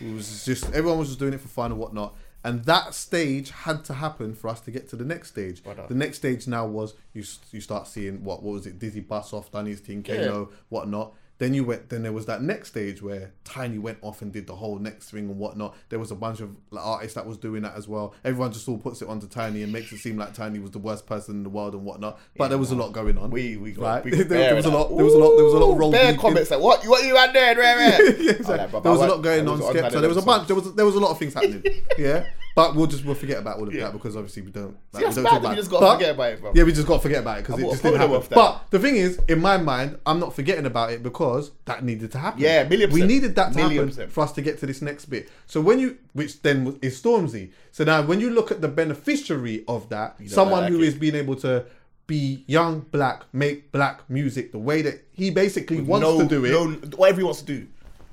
C: It was just everyone was just doing it for fun and whatnot. And that stage had to happen for us to get to the next stage. The next stage now was you s- you start seeing what what was it? Dizzy Bus off, Danny's Team, Kano, whatnot. Then you went. Then there was that next stage where Tiny went off and did the whole next thing and whatnot. There was a bunch of like, artists that was doing that as well. Everyone just all puts it onto Tiny and makes it seem like Tiny was the worst person in the world and whatnot. But there was a lot going on.
F: We- we
C: right?
F: got- we
C: there,
F: got
C: there was a
F: there.
C: lot. There was a lot. There was a lot of
F: Ooh,
C: role.
F: Bare
C: deep in-
F: comments like what? You what you out there? Rare, rare.
C: yeah,
F: I'm
C: exactly.
F: like, bruv,
C: there was
F: I
C: a lot
F: went-
C: going
F: I
C: on.
F: was
C: Skepta.
F: Tyler
C: There was a
F: Dempsey.
C: bunch. There was there was a lot of things happening. yeah, but we'll just we'll forget about all of that because obviously we don't. Like,
F: that's
C: we don't talk
F: bad that
C: about
F: we just gotta
C: But-
F: forget about it, bro.
C: Yeah, we just got to forget about it because it
F: bought
C: just
F: a
C: didn't
F: photo
C: happen.
F: of that.
C: But the thing is, in my mind, I'm not forgetting about it because that needed to happen.
F: Yeah, million
C: We
F: percent.
C: needed that to
F: Million
C: happen
F: percent.
C: for us to get to this next bit. So when you, which then is Stormzy. So now when you look at the beneficiary of that, someone
F: like
C: who
F: it.
C: is being able to. Be young, black, make black music the way that he basically wants
F: no,
C: to do it.
F: No, whatever he wants to do,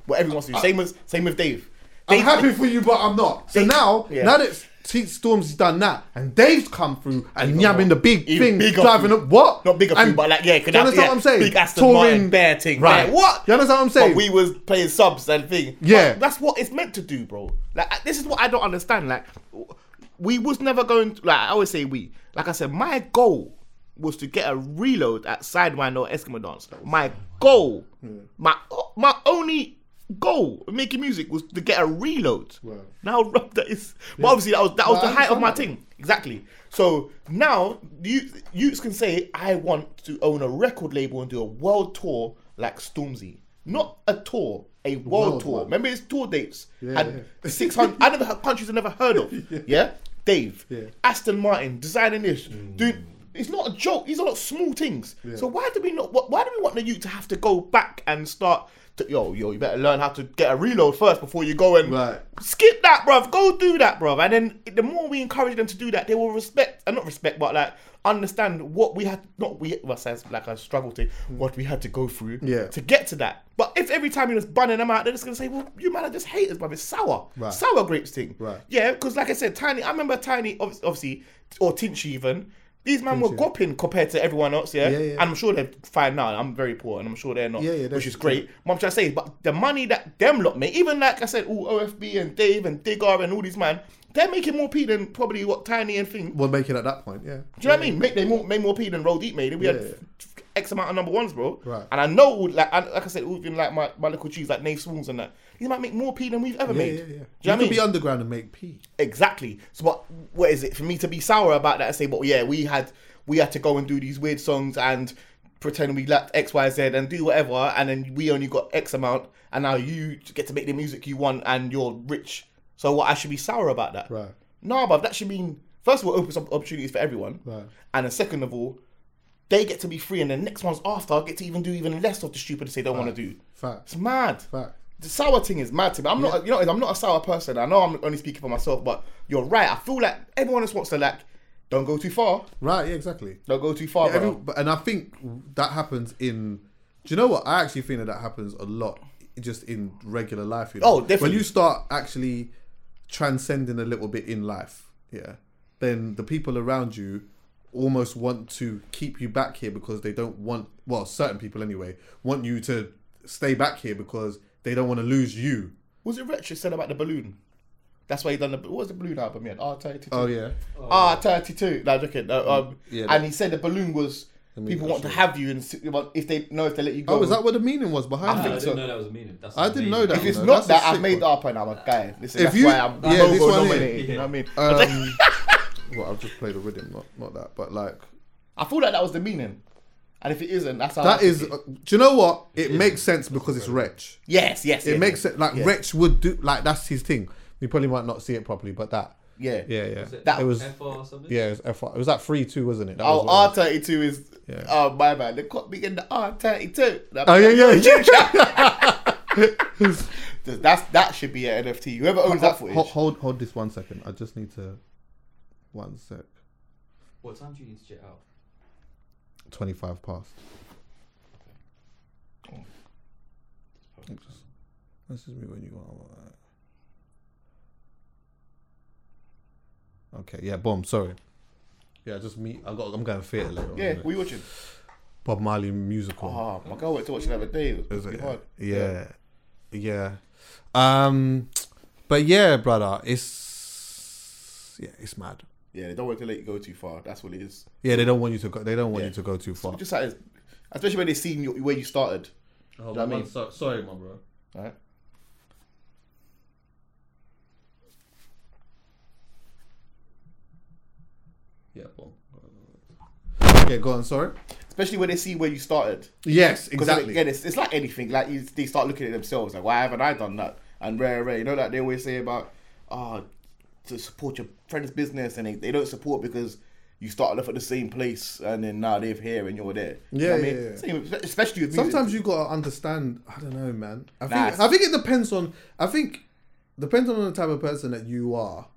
F: whatever he wants to do. Same as same with Dave.
C: I'm
F: Dave-
C: happy for you, but I'm not. So
F: Dave-
C: now,
F: Yeah.
C: now that T- Storm's done that, and Dave's come through and yamming the big
F: Even
C: thing,
F: bigger
C: driving
F: food.
C: up what?
F: Not bigger
C: and,
F: food, but like yeah,
C: do
F: could
C: you understand
F: yeah,
C: what I'm saying?
F: Big Aston Martin, bear thing,
C: right?
F: bear- What?
C: You understand what I'm saying?
F: But we was playing subs and thing.
C: Yeah.
F: But that's what it's meant to do, bro. Like I- this is what I don't understand. Like we was never going. To, like I always say, we. Like I said, my goal was to get a reload at Sidewinder or Eskimo Dance. My goal,
C: Hmm.
F: my my only goal of making music was to get a reload. Now rub that is, but obviously that was that was
C: No, I
F: the height of
C: understand
F: my
C: that.
F: thing. Exactly. So now you youths can say I want to own a record label and do a world tour like Stormzy. Not a tour, a world,
C: world
F: tour.
C: one.
F: Remember his tour dates?
C: Yeah,
F: had six hundred. I never had countries I never heard of. Yeah, Dave, Aston Martin designing this,
C: Mm.
F: dude. It's not a joke. These are not small things. So why do we not? wh- Why do we want the youth to have to go back and start? To, yo, yo, you better learn how to get a reload first before you go and
C: Right.
F: skip that, bruv. Go do that, bruv. And then the more we encourage them to do that, they will respect and not respect, but like understand what we had not we well, sounds like a struggle thing, what we had to go through
C: Yeah.
F: to get to that. But if every time you're just bunning them out, they're just gonna say, Well, you man are just haters, bruv. It's sour.
C: Right.
F: Sour grapes thing.
C: Right.
F: Yeah, because like I said, Tiny I remember Tiny obvi- obviously or Tinch even These men were gopping compared to everyone else, yeah?
C: Yeah, yeah.
F: And I'm sure they're fine now. I'm very poor, and I'm sure they're not,
C: Yeah, yeah,
F: which
C: that's
F: is great. What I'm trying to say is, but the money that them lot make, even like I said, all OFB and Dave and Digger and all these man, they're making more P than probably what Tiny and Thing.
C: We'll make it at that point, yeah.
F: Do you know what I mean? Make they more, make more P than Roll Deep made. and We
C: Yeah,
F: had
C: yeah.
F: f- f- X amount of number ones, bro.
C: Right.
F: And I know, like, and, like I said, even like my, my little cheese, like Nave Swans and that, these might make more P than we've ever
C: Yeah, yeah,
F: made.
C: yeah.
F: Do you,
C: You,
F: know what I
C: could
F: mean?
C: be underground and make P.
F: Exactly. So what what is it for me to be sour about that and say, well, yeah, we had we had to go and do these weird songs and pretend we lacked X, Y, Z and do whatever, and then we only got X amount, and now you get to make the music you want and you're rich. So what? I should be sour about that?
C: Right.
F: Nah, but that should mean first of all, it opens up opportunities for everyone,
C: Right.
F: and then second of all, they get to be free, and the next ones after get to even do even less of the stupid they don't want to do.
C: Fact.
F: It's mad.
C: Fact.
F: The sour thing is mad to me. I'm not, you know, I'm not a sour person. I know I'm only speaking for myself, but you're right. I feel like everyone else wants to like, don't go too far,
C: Right, yeah, exactly.
F: don't go too far,
C: Yeah,
F: bro.
C: every- but- and I think that happens in. Do you know what? I actually think that that happens a lot, just in regular life. You know?
F: Oh, definitely.
C: When you start actually transcending a little bit in life, yeah, then the people around you almost want to keep you back here because they don't want. Well, certain people anyway want you to stay back here because they don't want to lose you.
F: Was it Retro said about the balloon? That's why he done the. What was the balloon album? He had R thirty two.
C: Oh yeah, Mm,
F: R thirty two. No, I'm joking. No, um,
C: Yeah,
F: and
C: that-
F: he said the balloon was people want to have you and s- well, if they know if they let you go.
C: Oh, is that what the meaning was behind
F: I
D: No, I
C: it?
F: think so.
D: didn't know that was a meaning. That's
C: I didn't know
D: amazing.
C: that.
F: If it's
C: No,
F: not
C: that's a
F: that, I've
C: sick
F: made
C: one.
F: it up and I'm a guy. Listen,
C: If
F: that's
C: you-
F: why I'm
C: yeah, this
F: Nobel
C: one here.
F: nominated. You know what I mean?
C: Um, well, I've just played a rhythm, not not that, but like
F: I feel like that was the meaning. And if it isn't, that's how I
C: That
F: took
C: is,
F: it.
C: uh, do you know what? It makes sense because it's Wretch.
F: yes, yes.
C: It
F: yes,
C: makes
F: yes.
C: sense. Like
F: Yeah.
C: Wretch would do. Like that's his thing. You probably might not see it properly, but that.
F: Yeah.
C: Yeah, yeah.
D: it
C: it was.
D: FR or something?
C: Yeah, it was FR. It was that three two, wasn't it? That
F: Oh,
C: was
F: R
C: what it
F: thirty two is.
C: Yeah.
F: Oh my man, they caught me in the R thirty two.
C: was. Oh yeah, yeah, yeah.
F: That's that should be an NFT. Whoever owns that footage.
C: hold, hold, hold this one second. I just need to. One sec.
D: What time do you need to jet out?
C: Twenty five past.
F: Oh.
C: This is me when you want. Okay, yeah, bomb. Sorry. Yeah, just me. I got. I'm going theatre later. on,
F: Yeah,
C: innit?
F: we watching.
C: Bob Marley musical.
F: Oh, my girl went to watch it the other day. It was
C: Is it?
F: pretty hard.
C: Yeah. yeah, Um, but yeah, brother, it's yeah, it's mad.
F: Yeah, they don't want to let you go too far. That's what it is.
C: Yeah, they don't want you to go. They don't want
F: Yeah.
C: you to go too far.
F: Just like, especially when they seen you, where you started.
C: Hold
F: Do you know what I mean?
C: sorry, my bro.
F: Right?
C: Yeah, Yeah, go on. Sorry.
F: Especially when they see where you started.
C: Yes,
F: Because
C: exactly.
F: again, it's, it's like anything. Like you, they start looking at themselves, like why haven't I done that? And rare, rare. You know, like they always say about, ah, to support your friend's business, and they, they don't support because you started off at the same place, and then now they're here and you're there. You know
C: Yeah,
F: what I
C: yeah,
F: mean?
C: yeah.
F: Same, especially with music.
C: Sometimes you gotta understand. I don't know, man. I
F: Nah,
C: think
F: it's-
C: I think it depends on. I think depends on the type of person that you are.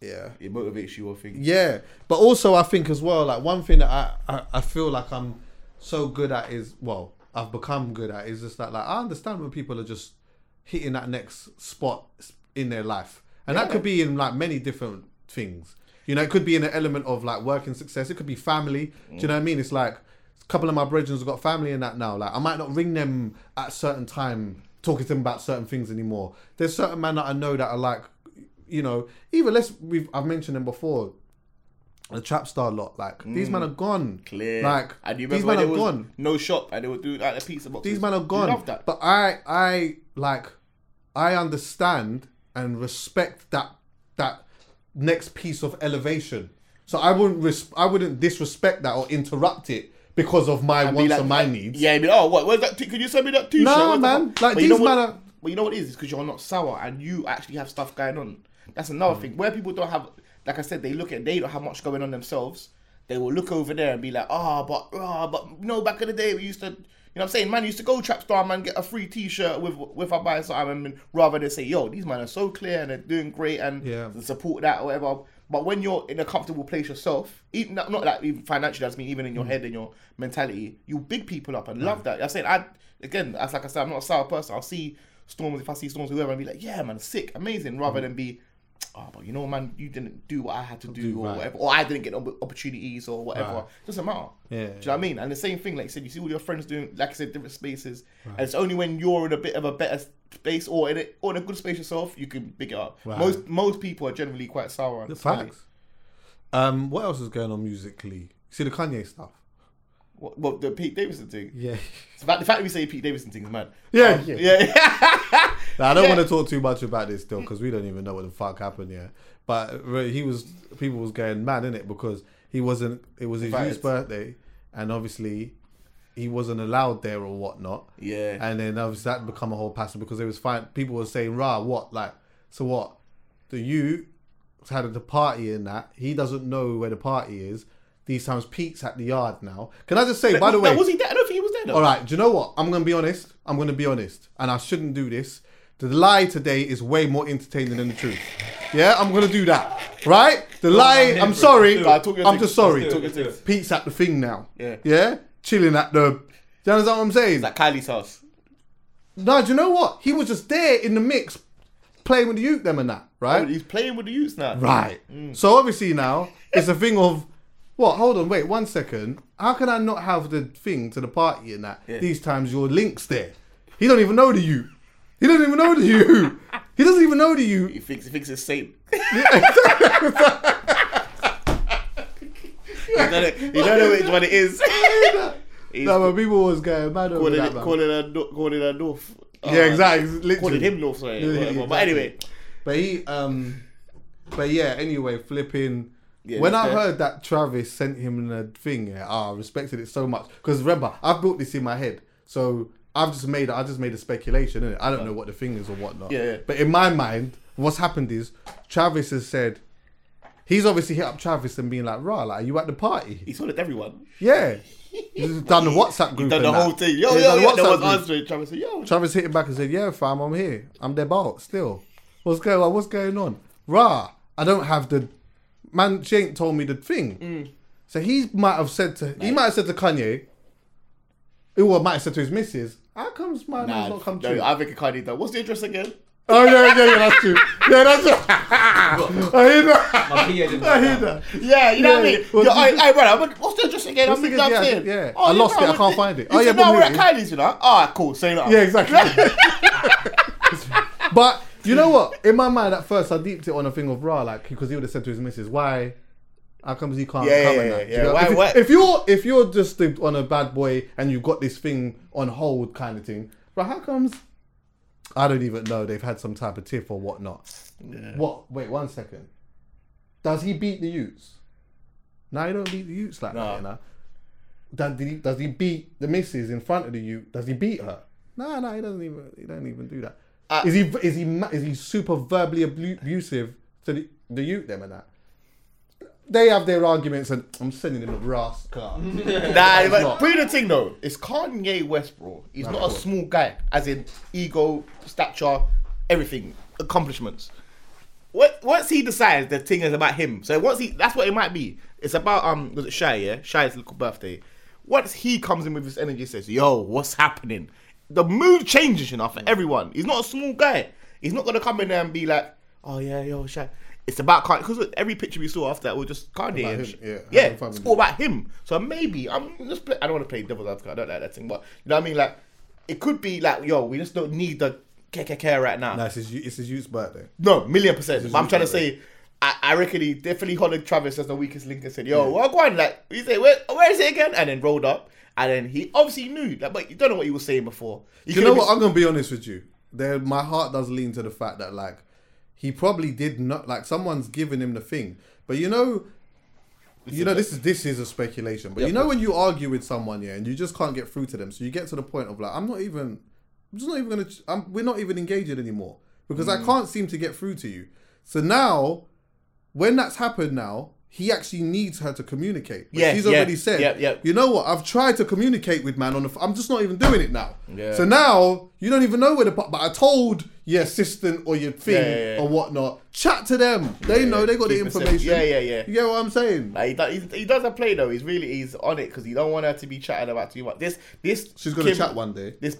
C: Yeah.
F: it motivates you. I think.
C: Yeah, but also I think as well, like one thing that I, I, I feel like I'm so good at is well, I've become good at is just that like I understand when people are just hitting that next spot in their life, and that could be in like many different things. You know, it could be in an element of like work and success. It could be family. Do you know what I mean? It's like a couple of my brethren have got family in that now. Like I might not ring them at certain time talking to them about certain things anymore. There's certain men that I know that are like, you know, even let's we've I've mentioned them before the trap star lot. Like these men are gone.
F: Mm. Clear.
C: Like
F: and you
C: these
F: remember
C: men
F: when
C: are
F: there was
C: gone.
F: no shop, and they would do like the pizza box.
C: These men are gone.
F: Love that.
C: But I, I like, I understand and respect that that next piece of elevation. So I wouldn't res- I wouldn't disrespect that or interrupt it because of my
F: And be
C: wants
F: like-
C: and my needs.
F: Yeah, I mean, oh, what? Where's that? T- could you send me that T-shirt?
C: Nah,
F: What the
C: man.
F: fuck?
C: Like,
F: But you know
C: these
F: what-
C: man are-
F: But you know what it is? It's because you're not sour and you actually have stuff going on. That's
C: Hmm.
F: another thing. Where people don't have, like I said, they look at they don't have much going on themselves. They will look over there and be like, ah, but ah, but no. Back in the day, we used to. You know what I'm saying? Man used to go trap star man get a free T-shirt with with our buying something, and rather than say, "Yo, these men are so clear and they're doing great and
C: Yeah.
F: support that or whatever." But when you're in a comfortable place yourself, even not, not like even financially, that's me, even
C: Mm.
F: in your head and your mentality, you big people up and love that. I said, I again, as like I said,
C: Mm.
F: I'm not a sour person. I'll see storms if I see storms, whoever, and be like, yeah, man, sick, amazing, rather than be, oh, but you know, man, you didn't do what I had to do,
C: Do
F: or
C: right.
F: whatever, or I didn't get opp- opportunities or whatever.
C: Right.
F: doesn't matter.
C: Yeah,
F: do you know what I mean? And the same thing, like you said, you see all your friends doing, like I said, different spaces, and it's only when you're in a bit of a better space or in a, or in a good space yourself, you can pick it up.
C: Right.
F: Most most people are generally quite sour. on
C: The
F: Kanye.
C: facts. Um, what else is going on musically? See the Kanye stuff.
F: What, what the Pete Davidson thing?
C: Yeah.
F: So that, the fact that we say Pete Davidson thing is mad.
C: Yeah,
F: Um,
C: Oh, yeah.
F: yeah.
C: Now, I don't
F: Yeah.
C: want to talk too much about this still because we don't even know what the fuck happened yet. But re- he was people was going mad in it because he wasn't. It was his
F: Invited.
C: youth's birthday, and obviously he wasn't allowed there or whatnot.
F: Yeah.
C: And then obviously that become a whole passion because it was fine. People were saying, "Rah, what? Like, so what? The you had the party in that. He doesn't know where the party is." These times, Pete's at the yard now. Can I just say, by the way,
F: No, was he there? I don't think he was there. Though.
C: all right, do you know what? I'm gonna be honest. I'm gonna be honest, and I shouldn't do this. The lie today is way more entertaining than the truth. Yeah, I'm gonna do that. Right? The lie.
D: man,
C: I'm
D: bro.
C: sorry.
D: Let's do it. Talk
F: your
C: I'm
F: things.
C: just sorry.
D: Let's do it, let's do it.
C: Pete's at the thing now.
F: Yeah.
C: Yeah. Chilling at the. Do you understand what I'm saying?
F: At Kylie's house.
C: no, do you know what? He was just there in the mix, playing with the youth them and that. Right.
F: Oh, he's playing with the youths now.
C: Right. So obviously now it's a thing of what? Hold on, wait one second. How can I not have the thing to the party and that? These times your link's there. He don't even know the you. He doesn't even know the you. He doesn't even know the
F: He
C: you.
F: thinks he thinks it's Satan. you, don't know, you don't know which one it is. He's
C: No, but people was going mad over
F: calling
C: that.
F: it
C: man.
F: calling her no- calling her North.
C: yeah, exactly. Literally.
F: Uh, Calling him North. Sorry.
C: Yeah, yeah,
F: whatever. But
C: exactly.
F: anyway,
C: But he, um, but yeah. Anyway, flipping.
F: Yeah,
C: when I
F: yeah.
C: heard that Travis sent him the thing, yeah, ah, I respected it so much because remember I've built this in my head, so I've just made I just made a speculation. Innit? I don't know what the thing is or whatnot.
F: Yeah, yeah.
C: But in my mind, what's happened is Travis has said. He's obviously hit up Travis and being like, "Rah, like, are you at the party?"
F: he's hollering at everyone.
C: Yeah, he's done the WhatsApp group.
F: Done the
C: and that.
F: whole thing. Yo,
C: He's
F: yo,
C: done
F: yo. There
C: WhatsApp
F: was
C: group.
F: answering. Travis said, "Yo,
C: Travis hit him back and said, "Yeah, fam, I'm here. I'm their bolt still. What's going on? What's going on? Rah, I don't have the man. She ain't told me the thing. So he might have said to he might have said to Kanye, or might have said to his missus, "How comes my man's
F: nah,
C: not come
F: no,
C: true?"
F: I think I can't do that. What's the address again?"
C: Oh yeah, yeah, yeah, that's true. Yeah, that's true. I hear that.
D: My PA didn't
C: I hear
D: like that.
C: that.
F: Yeah, you know what I
C: Yeah,
F: mean?
C: well,
F: Yo,
C: did
F: I,
C: you-
F: I, brother, what- what's the address again?
C: What's
F: I'm
C: the-
F: in South
C: yeah,
F: End.
C: yeah. I lost
F: yeah,
C: it, I
F: we-
C: can't find it.
F: You
C: Oh, yeah,
F: said, no,
C: but
F: we're at
C: maybe.
F: Kylie's, you know? Ah, cool, say that.
C: Yeah, exactly. but you know what? In my mind, at first, I deeped it on a thing of rah, like because he would have said to his missus, "Why? How comes he can't
F: Yeah,
C: come
F: yeah,
C: and
F: yeah,
C: that?" Do
F: yeah.
C: you know?
F: Why-
C: if,
F: why-
C: if you're if you're just the- on a bad boy and you've got this thing on hold, kind of thing, but how comes? I don't even know. They've had some type of tiff or whatnot. What? Wait, one second. Does he beat the Utes? No, he don't beat the Utes like that. You know? Does he, does he beat the missus in front of the Ute? Does he beat her? No, no, he doesn't even. He don't even do that. Is he is he ma- is he super verbally abu- abusive to the the Ute them and that? They have their arguments, and I'm sending him a brass card.
F: Nah,
C: not.
F: but bring the thing though. It's Kanye West, bro. He's not a small guy, as in ego, stature, everything, accomplishments. What- Once he decides the thing is about him, so once he, that's what it might be. It's about um, was it Shy? Yeah, Shy's little birthday. Once he comes in with his energy, says, "Yo, what's happening?" The mood changes, you know,
C: Mm.
F: for everyone. He's not a small guy. He's not gonna come in there and be like, "Oh yeah, yo, Shy." It's about Kanye because every picture we saw after that was just Kanye.
C: him,
F: And sh-
C: yeah.
F: yeah,
C: Having fun
F: it's
C: with
F: all
C: it.
F: about him. So maybe I'm just. Play, I don't want to play devil's advocate. I don't like that thing, but you know what I mean. Like it could be like, yo, we just don't need the KKK right now.
C: No, it's his, it's his youth's birthday.
F: No, million percent. But I'm trying to say, I, I reckon he definitely hollered Travis as the weakest link and said, yo, well, go on. Like, he said, where, where is it again? And then rolled up. And then he obviously knew, like, but you don't know what he was saying before.
C: you know what? I'm gonna be honest with you. There, my heart does lean to the fact that like he probably did not like someone's given him the thing, but you know, you know this is this is a speculation. But you know when you argue with someone, yeah, and you just can't get through to them, so you get to the point of like I'm not even, I'm just not even gonna, I'm, we're not even engaging anymore because I can't seem to get through to you. So now, when that's happened, now he actually needs her to communicate. But
F: Yeah,
C: she's
F: yeah,
C: already said,
F: yeah, yeah.
C: you know what? I've tried to communicate with man on the. F- I'm just not even doing it now.
F: Yeah.
C: So now you don't even know where the. But but I told your assistant or your thing
F: Yeah, yeah,
C: or whatnot. Chat to them. They know they got the
F: Keep it simple.
C: information.
F: Yeah, yeah, yeah.
C: You get what I'm saying?
F: Like, he, does, he, he does a play though. He's really he's on it because he don't want her to be chatting about too much. This this
C: She's gonna chat one day.
F: This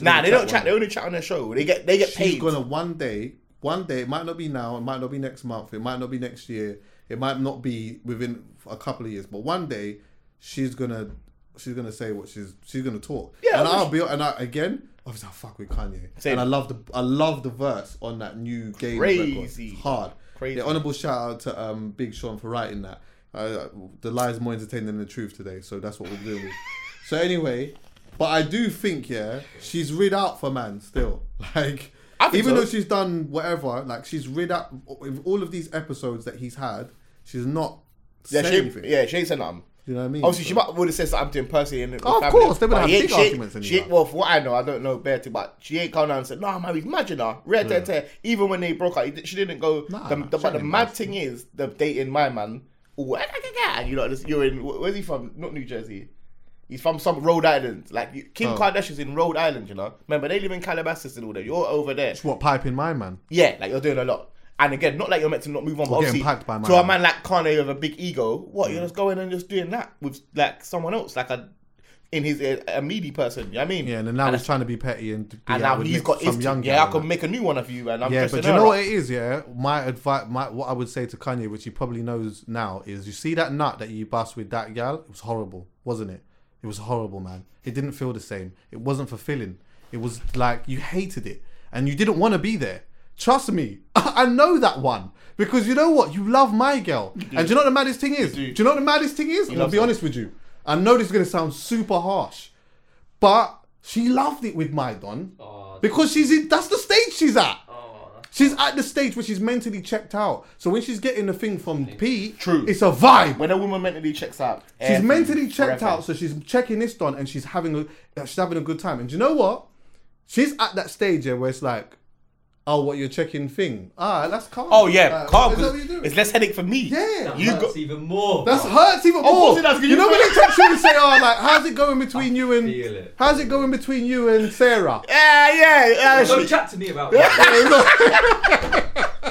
F: nah,
C: chat
F: they don't
C: one
F: chat. They
C: day.
F: only chat on their show. They get they get
C: She's
F: paid.
C: gonna one day one day, it might not be now, it might not be next month, it might not be next year, it might not be within a couple of years, but one day she's gonna she's gonna say what she's she's gonna talk.
F: Yeah,
C: and
F: I wish-
C: I'll be and I again. Obviously, I fuck with Kanye,
F: Same.
C: and I love the I love the verse on that new game
F: Crazy.
C: hard.
F: Crazy.
C: Yeah, honorable shout out to um, Big Sean for writing that. Uh, the lie is more entertaining than the truth today, so that's what we're dealing with. so anyway, but I do think yeah, she's rid out for man still. Like
F: I think
C: even
F: so.
C: though she's done whatever, like she's rid out with all of these episodes that he's had. She's not
F: Yeah,
C: said
F: she,
C: anything.
F: yeah, she ain't said nothing.
C: You know what I mean?
F: Obviously,
C: So-
F: she might would have said something to him personally. And
C: Oh, of course, they would have big arguments
F: She,
C: and
F: she,
C: that.
F: well, for what I know, I don't know Bertie, but she ain't come down and said, "No, man, he's mad, you know." Red,
C: Yeah.
F: yeah. Even when they broke up, he di- she didn't go.
C: Nah,
F: the,
C: nah,
F: the,
C: she
F: but the
C: ain't
F: mad
C: nasty.
F: thing is, the dating my man. ooh, ah, ah, ah, ah, You know, this, you're in. wh- Where's he from? Not New Jersey. He's from some Rhode Island. Like you- Kim
C: Oh.
F: Kardashian's in Rhode Island. You know, remember they live in Calabasas and all that. You're over there.
C: What piping my man?
F: Yeah, like you're doing a lot. And again, not like you're meant to not move on, but
C: Or
F: obviously,
C: getting packed by
F: to a
C: man. Mm.
F: man like Kanye with a big ego, what you're just going and just doing that with like someone else, like a in his a, a meaty person. You know what I mean?
C: Yeah, and then now
F: and,
C: he's trying to be petty and be
F: and
C: out
F: now
C: with
F: he's
C: Nick-
F: got
C: some
F: his
C: young guy
F: yeah, I
C: and
F: could
C: that.
F: make a new one of you, and I'm
C: yeah,
F: dressing
C: but you
F: her
C: know
F: up.
C: what it is, yeah. My advice, my what I would say to Kanye, which he probably knows now, is you see that nut that you bust with that gal. It was horrible, wasn't it? It was horrible, man. It didn't feel the same. It wasn't fulfilling. It was like you hated it and you didn't want to be there. Trust me, I know that one because you know what? You love my girl, and do you know what the maddest thing is?
F: do.
C: do. you know what the maddest thing is? And I'll
F: loves
C: be
F: her.
C: honest with you. I know this is gonna sound super harsh, but she loved it with my don
F: Oh,
C: because she's in, that's the stage she's at. She's at the stage where she's mentally checked out. So when she's getting the thing from Pete,
F: True.
C: it's a vibe.
F: When a woman mentally checks out,
C: She's
F: everything,
C: mentally checked
F: forever.
C: out, so she's checking this on and she's having a uh, she's having a good time. And do you know what? She's at that stage yeah, where it's like, oh, what you're checking thing? Ah, that's calm.
F: Oh yeah,
C: Like,
F: calm.
C: is that
F: 'cause
C: what you're doing?
F: It's less headache for me.
C: Yeah.
F: you
D: Hurts
F: got
D: even more.
C: That's
D: bro.
C: hurts even
F: course
C: more.
F: it does, 'cause
C: You
F: you
C: know when
F: feel-
C: they text you and say, "Oh, like how's it going between you and
D: Feel it.
C: how's it going between you and Sarah?"
F: yeah, yeah, yeah.
D: Don't
F: she-
D: chat to me about that.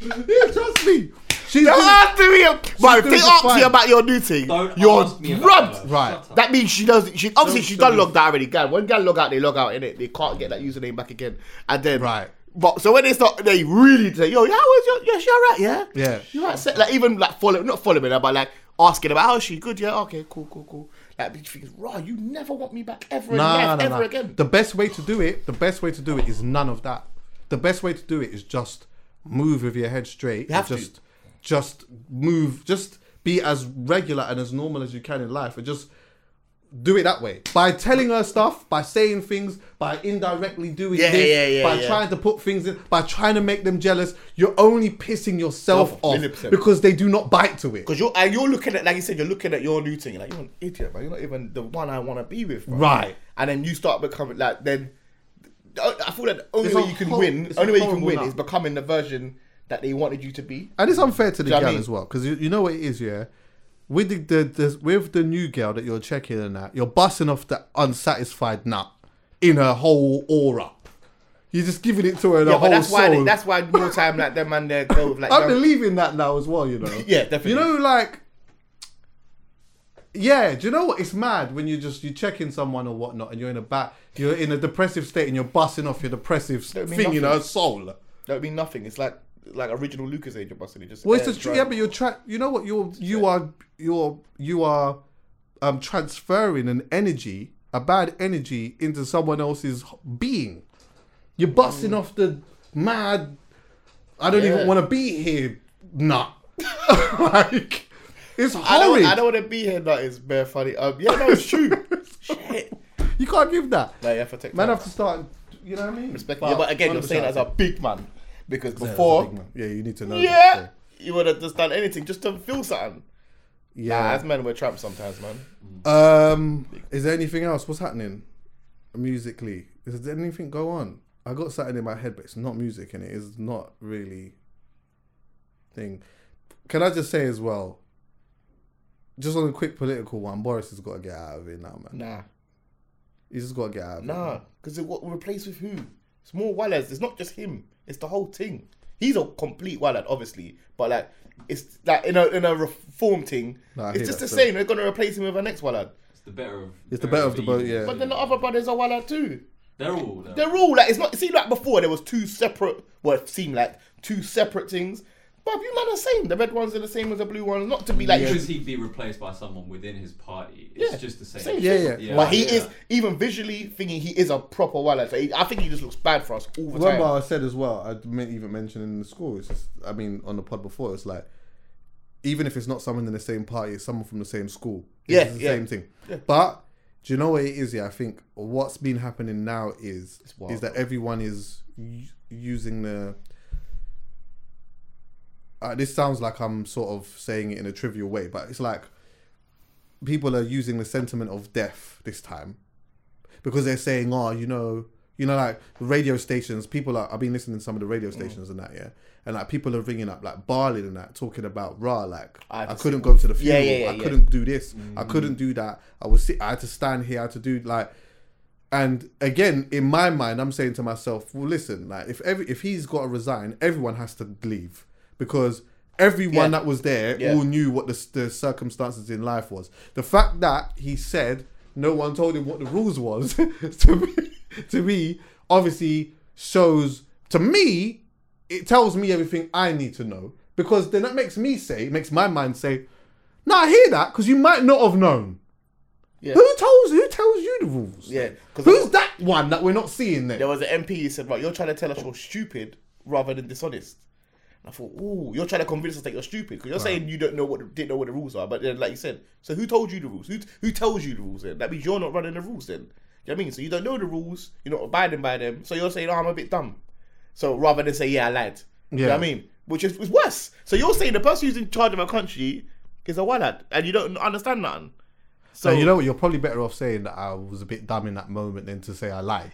C: yeah, trust me. She's
F: Don't
C: doing-
F: ask me. But if
C: doing
F: they
C: just
F: ask me
C: fine.
F: about your new thing,
D: Don't
F: you're
D: ask me about
F: rubbed.
D: her.
C: Right.
D: Shut up.
F: That means she doesn't. She obviously
C: Don't
F: she
C: tell
F: done
C: me.
F: logged out already. Guys, when guys log out, they log out in it. They can't get that username back again. And then
C: Right.
F: But so when they start, they really say, "Yo, yeah, how is your? Yeah, she alright? Yeah,
C: Yeah.
F: you alright? So, Like even like follow, not following her, but like asking about how she good. Yeah, okay, cool, cool, cool. Like bitch thinks, "Raw, you never want me back ever in
C: Nah,
F: life,
C: nah,
F: ever
C: nah.
F: again."
C: The best way to do it, the best way to do it is none of that. The best way to do it is just move with your head straight.
F: You have to.
C: and just just move just be as regular and as normal as you can in life and just do it that way by telling her stuff by saying things by indirectly doing
F: Yeah,
C: this
F: yeah, yeah,
C: by
F: yeah.
C: trying to put things in by trying to make them jealous you're only pissing yourself
F: Self,
C: off
F: 100%.
C: because they do not bite to it
F: Because you're and you're looking at like you said, you're looking at your new thing. You're like you're an idiot, man. You're not even the one I want to be with, bro.
C: Right.
F: And then you start becoming like then. I feel that the only
C: It's
F: way
C: a
F: you can
C: hor-
F: win,
C: it's a
F: only way you can
C: horrible
F: win
C: nut.
F: is becoming the version that they wanted you to be.
C: and it's unfair to the
F: Do you know
C: girl
F: what I mean?
C: as well because you, you know what it is yeah with the, the, the with the new girl that you're checking and that you're busting off the unsatisfied nut in her whole aura you're just giving it to her the
F: Yeah,
C: whole
F: but that's
C: soul.
F: why that's why more time like them and their go with like.
C: I'm
F: young-
C: believing that now as well, you know.
F: Yeah, definitely.
C: You know, like, yeah. Do you know what? It's mad when you just you check in someone or whatnot, and you're in a back, you're in a depressive state, and you're busting off your depressive
F: Don't
C: thing
F: mean
C: in
F: nothing.
C: her soul.
F: that would mean nothing. It's like like original Lucas Age of Busting. Just
C: Well, it's
F: airs
C: the tr-
F: dry.
C: yeah, but you're tra- You know what? You're you are you're you are um transferring an energy, a bad energy, into someone else's h- being. You're busting off the mad. I don't
F: Mm. Yeah.
C: even want to be here. Nah, like it's
F: I
C: horrid.
F: don't, I don't want to be here. That is bare funny. Um, yeah, no, it's true. Shit.
C: You can't give that.
F: No, you have to take
C: Man,
F: time.
C: have to start. You know what I mean?
F: Respect- yeah, but again, you're saying that as a big man because
C: before.
F: before
C: Yeah, you need to know. that,
F: Yeah.
C: so-
F: You would have just done anything just to feel something. Yeah. Nah,
C: yeah.
F: as men, we're trapped sometimes, man.
C: Um, is there anything else? What's happening musically? Is there anything go on? I got something in my head, but it's not music, and it is not really thing. Can I just say as well? Just on a quick political one, Boris has got to get out of it now, man.
F: Nah.
C: He's just got to get out of it.
F: Nah. Because it what replaced with who? It's more Wallace. It's not just him. It's the whole thing. He's a complete Wallad, obviously. But like it's like in a in a reform thing,
C: Nah, I hear
F: it's just
C: that
F: the
C: still.
F: same. They're gonna replace him with a next Wallad.
D: It's the better of.
C: It's the better of the both, yeah.
F: But then the other brother's a Wallad too.
D: They're all. They're,
F: They're all like it's not. It seemed like before there was two separate. Well, it seemed like two separate things. But you man are the same. The red ones are the same as the blue ones. Not to be like.
D: because he'd be replaced by someone within his party. It's just the same.
F: Same
D: shit.
F: shit. But he is even visually thinking he is a proper Wallace. Like, he- I think he just looks bad for us all the
C: Remember,
F: time.
C: I said as well. I meant even mentioned in the school. It's just, I mean, on the pod before, it's like even if it's not someone in the same party, it's someone from the same school. It's
F: Yeah,
C: just the
F: yeah.
C: same thing. But do you know what it is? Yeah, I think what's been happening now is
F: wild,
C: is that everyone is u- using the. Uh, this sounds like I'm sort of saying it in a trivial way, but it's like people are using the sentiment of death this time because they're saying, oh, you know, you know, like radio stations. People are. I've been listening to some of the
F: Mm.
C: radio stations and that, yeah, and like people are ringing up like Barley and that, talking about rah, like I, couldn't go to the
F: Yeah,
C: funeral,
F: yeah, yeah,
C: I
F: yeah. Mm.
C: couldn't do this, I couldn't do that. I was, sit- I had to stand here, I had to do like. And again, in my mind, I'm saying to myself, well, listen, like if every if he's got to resign, everyone has to leave because everyone
F: Yeah.
C: that was there
F: Yeah.
C: all knew what the, s- the circumstances in life was. The fact that he said no one told him what the rules was to me, to me obviously shows to me it tells me everything I need to know because then that makes me say it makes my mind say, "No, I hear that because you might not have known."
F: Yeah.
C: Who tells who tells you the rules?
F: Yeah, 'cause I
C: who's
F: was-
C: that one that we're not seeing there?
F: There was an MP who said, "Right, you're trying to tell us you're stupid rather than dishonest." And I thought, "Ooh, you're trying to convince us that you're stupid because you're saying you don't know what didn't know what the rules are." But then, like you said, so who told you the rules? Who who tells you the rules? Then that means you're not running the rules. Then you know what I mean. So you don't know the rules. You're not abiding by them. So you're saying, "Oh, I'm a bit dumb." So rather than say, "Yeah, I lied," you know
C: Yeah.
F: what I mean, which is, is worse. So you're saying the person who's in charge of a country is a wallad, and you don't understand nothing. So
C: So you know what? You're probably better off saying that I was a bit dumb in that moment than to say I lied.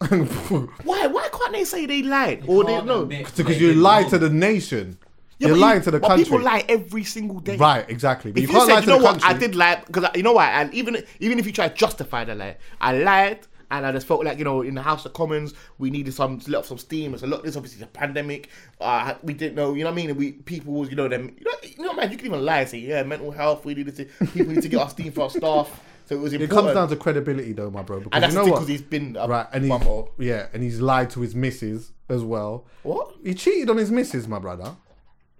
F: why why can't they say they lied or they
D: can't
F: no?
D: admit
C: Because
D: they
C: you
D: did
C: lied
D: wrong.
C: to the nation.
F: Yeah,
C: You're
F: but
C: lying
F: you-
C: to the
F: but
C: country.
F: People lie every single day.
C: Right, exactly. But
F: If
C: you
F: you,
C: can't
F: said,
C: lie
F: you
C: to
F: know
C: the
F: what, I
C: country-
F: did lie because you know why, and even even if you try to justify the lie, I lied, and I just felt like you know in the House of Commons we needed some to let off some steam. There's a lot. There's obviously a pandemic. Uh, we didn't know. You know what I mean? And we people was you know them. You know, you know man, you can even lie and say yeah, mental health. We needed to people need to get our steam for our staff. So it was
C: It
F: important.
C: comes down to credibility, though, my bro. Because
F: that's
C: you know
F: the thing,
C: what?
F: 'cause he's been a
C: right, and
F: bumhole.
C: he, yeah, and he's lied to his missus as well.
F: What?
C: He cheated on his missus, my brother.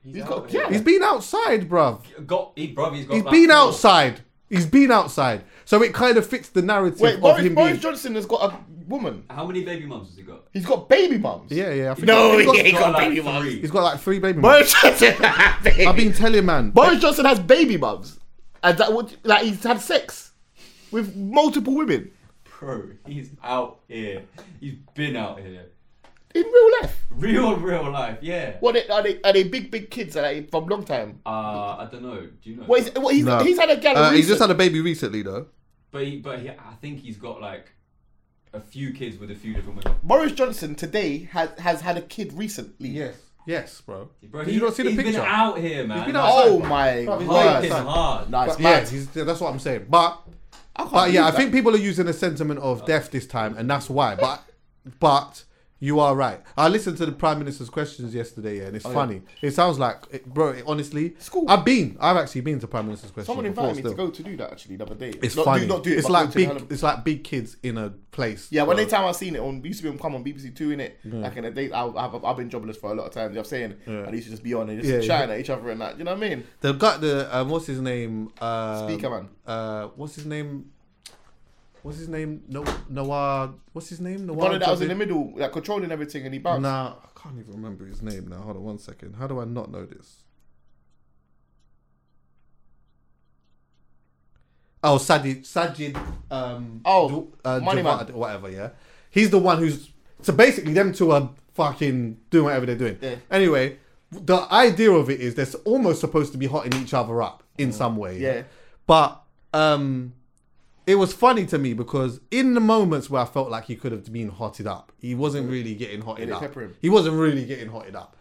D: He's,
F: He's
D: out
F: got-
D: here.
F: yeah.
C: He's been outside, bruv.
D: got he, bro, he's got
C: He's
D: like
C: been
D: four.
C: outside. He's been outside. So it kind of fits the narrative
F: Wait,
C: of
F: Boris,
C: him
F: Boris
C: being.
F: Johnson has got a woman.
D: How many baby mums has he got?
F: He's got baby mums.
C: yeah, yeah. I think
F: No,
C: he's
F: he
C: got,
F: ain't got,
D: got like
F: baby mums.
D: three.
C: he's got like three baby. mums.
F: Boris Johnson.
C: I've been telling man.
F: Boris Johnson has baby mums, and that would like he's had sex with multiple women
D: Bro, he's out here. He's been out here.
F: in real life.
D: Real, real life. Yeah.
F: What are they? Are they big, big kids? Are they from long time?
D: Uh, I don't know. Do you know?
F: What is? What he's,
C: No.
F: he's had a gal.
C: Uh,
F: recent.
C: he's just had a baby recently, though.
D: But he, but he, I think he's got like a few kids with a few different women.
F: Boris Johnson today has has had a kid recently.
C: yes, bro.
D: Bro,
C: Did
D: he,
C: you not see the
D: he's
C: picture?
D: been out here, man.
C: been out-
F: Oh my
C: Bro, he's
F: god.
D: working hard.
F: Nah, it's
C: But yeah,
F: mad.
C: he's, yeah, that's what I'm saying. But, but
F: can't believe
C: yeah, I
F: that.
C: think people are using the sentiment of death this time, and that's why. But but you are right. I listened to the prime minister's questions yesterday, yeah, and it's funny. It sounds like, it, bro, it, honestly,
F: Oh, cool.
C: I've been, I've actually been to prime minister's questions.
F: Someone
C: before
F: invited me to
C: still.
F: go to do that actually the other day.
C: It's
F: not,
C: funny.
F: Do, not do it.
C: it's
F: but
C: like
F: go to
C: big.
F: the other-
C: It's like big kids in a place.
F: Yeah, when
C: bro.
F: the time I seen it on used to be on come on BBC Two in it. Like in the day, I, I've, I've been jobless for a lot of times. I'm saying I used to just be on and just
C: Yeah,
F: chatting at each other and that. You know what I mean?
C: They've got the um, what's his name? Uh,
F: Speaker man.
C: Uh, what's his name? What's his name? No, Nawar. What's his name? Nawar.
F: One that was in the
C: Javid-
F: middle, like controlling everything, and he bounced.
C: Nah, I can't even remember his name now. Hold on one second. How do I not know this? Oh, Sajid, Sajid, um,
F: Oh,
C: Du- uh,
F: Money Man.
C: Javad or whatever. Yeah, he's the one who's so basically them two are fucking doing whatever they're doing.
F: Yeah.
C: Anyway, the idea of it is they're s- almost supposed to be hotting each other up in some way.
F: Mm. Yeah.
C: but um, it was funny to me because in the moments where I felt like he could have been hotted up, he wasn't really getting hotted
F: they
C: up.
F: pepper him.
C: He wasn't really getting hotted up.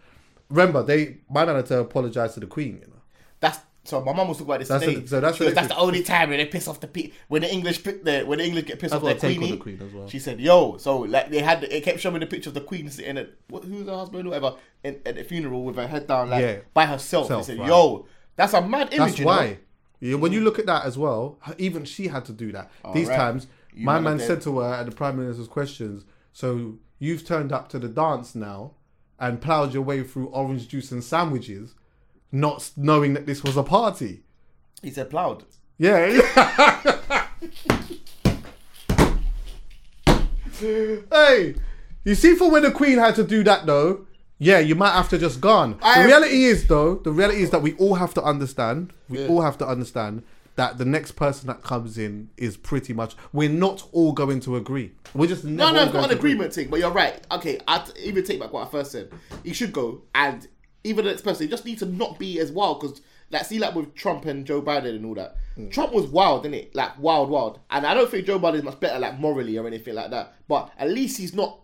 C: Remember, they man had to apologize to the queen. You know,
F: That's so. My mum was talking about this
C: That's
F: today.
C: the- so that's
F: She
C: the
F: goes, that's the
C: difference.
F: only time when they piss off the pe- when the English pi- the, when the English get pissed
C: I've
F: off
C: got
F: their
C: a take on
F: queenie.
C: the Queen as well.
F: She said, "Yo, so like they had it kept showing the picture of the queen sitting at what, who's her husband or whatever in, at the funeral with her head down, like
C: Yeah.
F: by herself."
C: Self,
F: they said,
C: right.
F: "Yo, that's a mad image."
C: that's
F: you know? Mm.
C: why. Yeah, when you look at that as well, even she had to do that. These
F: right.
C: times,
F: You
C: My
F: man are
C: man
F: dead.
C: said to her at the Prime Minister's questions, so you've turned up to the dance now and ploughed your way through orange juice and sandwiches, not s- knowing that this was a party.
F: He said ploughed.
C: Yeah. hey, you see, for when the Queen had to do that though, yeah, you might have to just gone.
F: I-
C: the reality is though, the reality is that we all have to understand. We all have to understand that the next person that comes in is pretty much. We're not all going to agree. We're just
F: No,
C: never
F: no,
C: all
F: it's
C: going
F: not
C: to
F: an agreement thing, but you're right. Okay, I t- even take back what I first said. He should go, and even the next person, you just need to not be as wild because, like, see, like with Trump and Joe Biden and all that.
C: Hmm.
F: Trump was wild, didn't it? Like wild, wild. And I don't think Joe Biden is much better, like morally or anything like that. But at least he's not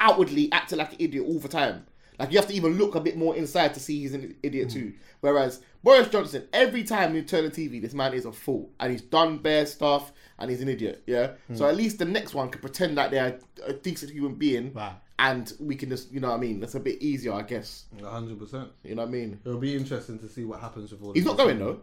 F: outwardly acting like an idiot all the time. Like you have to even look a bit more inside to see he's an idiot
C: Mm.
F: too. Whereas Boris Johnson, every time you turn the TV, this man is a fool and he's done bare stuff and he's an idiot. Yeah.
C: Mm.
F: So at least the next one can pretend that they're a decent human being, and we can just, you know, what I mean, that's a bit easier, I guess.
C: Hundred percent.
F: You know what I mean?
C: It'll be interesting to see what happens with all.
F: He's not going though.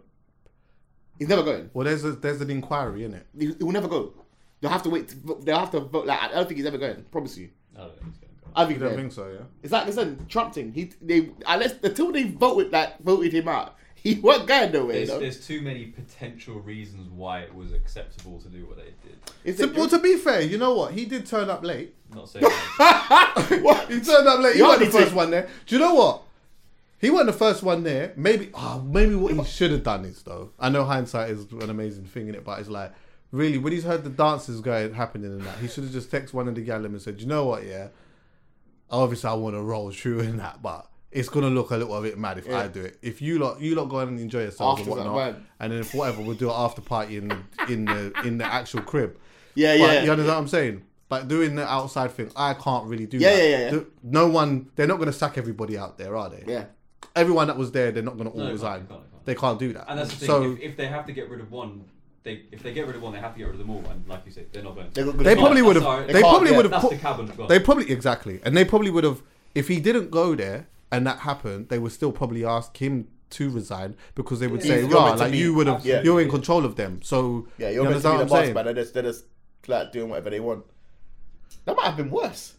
F: He's never going.
C: Well, there's a, there's an inquiry in it.
F: He, he will never go. They'll have to wait. To, vote- they'll have to vote. Like I don't think he's ever going. Promise you.
D: I don't think he's going to go.
F: I think
C: You
F: he's
C: don't
F: going.
C: think so, yeah?
F: It's like I said, Trump thing. He they unless until they voted like voted him out, he wasn't going nowhere. You
D: There's,
F: know?
D: there's too many potential reasons why it was acceptable to do what they did.
F: It's
C: To,
F: a-
C: well, to be fair, you know what? He did turn up late.
D: I'm not saying that.
F: what?
C: He turned up late. He
F: You
C: wasn't the
F: only
C: first
F: took-
C: one there. Do you know what? He wasn't the first one there. Maybe, oh, maybe what he should have done is though. I know hindsight is an amazing thing in it, but it's like really when he's heard the dances going happening and that, he should have just texted one of the gallery and said, "You know what? Yeah, obviously I want to roll through in that, but." It's gonna look a little bit mad if I do it. If you lot, you lot go and enjoy yourselves
F: After's
C: and
F: that
C: whatnot,
F: man.
C: and then if whatever, we'll do an after party in the in the in the actual crib.
F: Yeah,
C: But
F: yeah.
C: You understand what I'm saying? Like doing the outside thing, I can't really do
F: Yeah,
C: that.
F: yeah, yeah, yeah.
C: No one, they're not going to sack everybody out there, are they?
F: Yeah.
C: Everyone that was there, they're not going to all
D: No, they
C: resign.
D: can't, they can't.
C: They can't do that.
D: And that's the thing.
C: So
D: if, if they have to get rid of one, they if they get rid of one, they have to get rid of them all. And like you said, they're not going.
F: They
D: to.
F: got good
C: they
F: advice.
C: probably would
D: Sorry,
C: have.
D: they
C: They
F: can't,
C: probably
F: yeah.
C: would have
D: That's
C: put.
D: the cabin as well.
C: They probably exactly, and they probably would have. If he didn't go there, and that happened, they would still probably ask him to resign because they would say,
F: You're
C: "Rah,
F: meant to
C: like
F: be-
C: you would have.
F: Yeah.
C: You're in control of them." So
F: Yeah,
C: you
F: you're meant to
C: understand
F: be the
C: what I'm
F: boss,
C: saying?
F: man. They're just, they're just like doing whatever they want. That might have been worse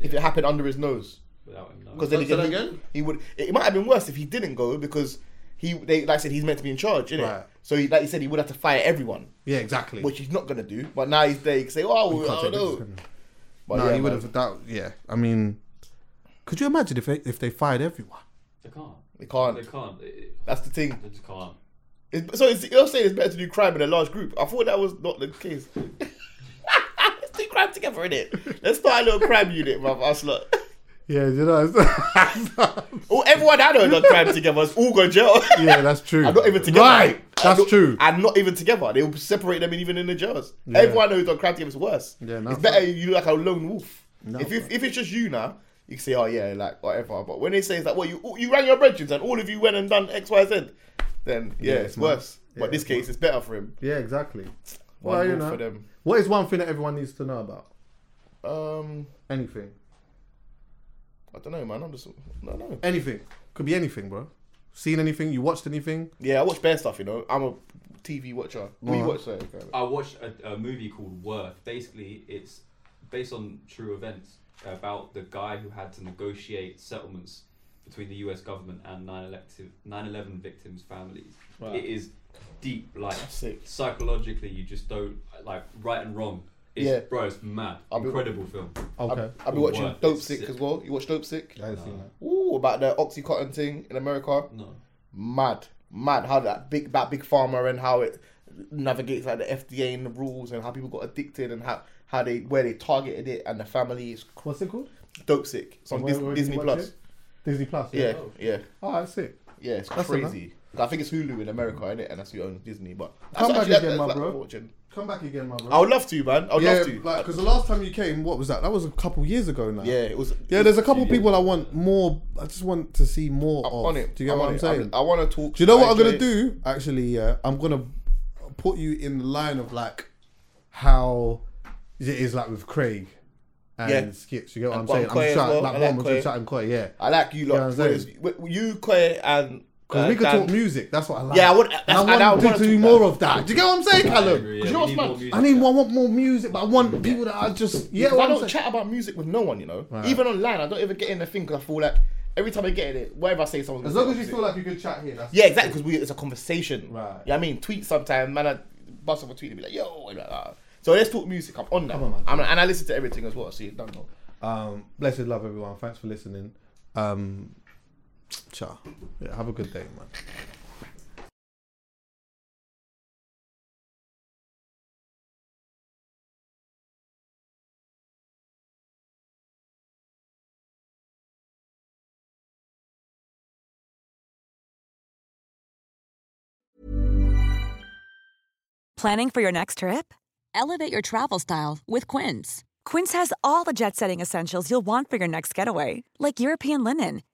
F: if it happened under his nose.
D: Without him, no.
F: Because then
C: Say
F: again,
C: that
F: he-
C: again?
F: He, would. It might have been worse if he didn't go because he, they, like I said, he's meant to be in charge, innit?
C: Right.
F: So, he, like you said, he would have to fire everyone,
C: Yeah, exactly.
F: which he's not gonna do. But now he's there, he can say, "Oh,
C: You can't
F: I
C: take
F: don't
C: business,
F: know."
C: can you?
F: But
C: no,
F: yeah,
C: he would
F: man.
C: have. That yeah. I mean, could you imagine if they, if they fired everyone?
D: they can't.
F: They can't.
D: They can't. They,
F: That's the thing.
D: they just can't.
F: It's, so it's, you're saying it's better to do crime in a large group? I thought that was not the case. Let's do crime together, innit? Let's start a little crime unit, bruv. Us lot.
C: Yeah, you know. it's-
F: All, everyone I know done crime together has all gone jail.
C: yeah, that's true.
F: And not even together.
C: Right,
F: And
C: that's
F: not-
C: true.
F: And not even together. They'll separate them in- even in the jails. Everyone knows done crime together is worse.
C: Yeah, no,
F: it's
C: bro.
F: better you look like a lone wolf. if you, if it's just you now, you can say, oh yeah, like whatever. But when they say it's like, well, you you rang your brethren and all of you went and done X, Y, Z, then yeah, it's,
C: it's mad.
F: worse.
C: Yeah,
F: but this
C: it's
F: case, it's better for him.
C: Yeah, exactly.
F: One
C: well, you
F: rule
C: know,
F: for them.
C: what is one thing that everyone needs to know about?
F: Um,
C: Anything,
F: I don't know, man. I'm just no, no.
C: anything could be anything, bro. Seen anything? You watched anything?
F: Yeah, I watch bear stuff. You know, I'm a TV watcher. We
C: Alright.
F: watch that.
D: I watched a, a movie called Worth. Basically, it's based on true events about the guy who had to negotiate settlements between the U.S. government and 9/11 9/11 victims' families. It is deep, like
F: sick.
D: psychologically, you just don't like right and wrong. It's,
F: Yeah.
D: bro, it's mad.
F: be-
D: Incredible film.
C: Okay,
F: I've been watching
D: Worth.
F: Dope
D: It's
F: Sick,
D: sick.
F: as well. You watch Dope Sick?
C: I didn't see that.
F: Ooh, about the OxyContin thing in America.
D: No.
F: Mad, mad. How that big, that big pharma and how it navigates like the FDA and the rules and how people got addicted and how how they where they targeted it and the families.
C: What's it called?
F: Dope Sick. It's on
C: Where-
F: Dis-
C: where did
F: Disney
C: you watch
F: Plus.
C: it? Disney Plus.
F: Yeah,
C: Oh,
F: yeah,
C: Alright, sick.
F: yeah. It's
C: That's
F: crazy. I think it's Hulu in America, innit? And that's who owns Disney. But
C: Come
F: that's
C: back
F: actually-
C: again,
F: that's
C: my
F: like
C: bro.
F: watching.
C: Come back again, my bro.
F: I would love to, man. I would
C: yeah,
F: love to.
C: like because the last time you came, what was that? That was a couple years ago now.
F: yeah, it was.
C: Yeah, there's a couple people I want more. I just want to see more
F: I'm
C: of.
F: on it.
C: Do you get
F: I'm
C: what
F: on
C: I'm
F: it.
C: saying?
F: I want to talk.
C: Do you know what
F: I
C: I'm gonna
F: enjoy it.
C: do? Actually, yeah, I'm gonna put you in the line of like how it is like with Craig and
F: Yeah.
C: Skits. You get what
F: And
C: I'm saying?
F: Kwai
C: I'm
F: as
C: trying
F: well.
C: like
F: I
C: one
F: like
C: was
F: Kwai.
C: chatting quite, yeah.
F: I like you
C: Yeah, I'm
F: lot.
C: saying.
F: Whereas you, Kwe, and
C: Because
D: Uh,
C: we could
D: Dan-
C: talk music. That's what I like.
F: Yeah, I would-
C: And
F: that's-
C: I
F: and I
C: want
F: wanna
C: to do
F: talk
C: more
F: that.
C: of that. Do you get what I'm saying, Callum?
D: agree,
C: Do
D: yeah,
C: you know
D: we
C: what's
D: need
C: mad?
D: more music
C: I need
D: like
C: I want more music, but I want people that are just yeah.
F: Because
C: what
F: I
C: I'm
F: don't
C: saying.
F: chat about music with no one, you know. Even online, I don't even get in the thing because I feel like every time I get in it, wherever I say something.
C: As long as you feel like you could chat here, that's
F: Yeah, exactly. Because we it's a conversation.
C: Right.
F: Yeah, I mean, tweet sometime, man. I bust up a tweet and be like, "Yo," and like that. So let's talk music. I'm on that.
C: on, man.
F: I'm, and I listen to everything as well. So you don't know.
C: Um, blessed love, everyone. Thanks for listening. Um, ciao. Yeah, have a good day, man.
H: Planning for your next trip?
I: Elevate your travel style with Quince.
H: Quince has all the jet setting essentials you'll want for your next getaway, like European linen,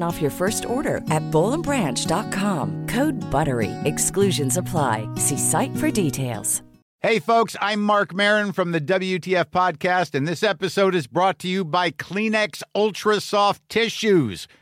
I: off your first order at bowlandbranch.com. Code BUTTERY. Exclusions apply. See site for details.
J: Hey, folks, I'm Mark Marin from the WTF Podcast, and this episode is brought to you by Kleenex Ultra Soft Tissues,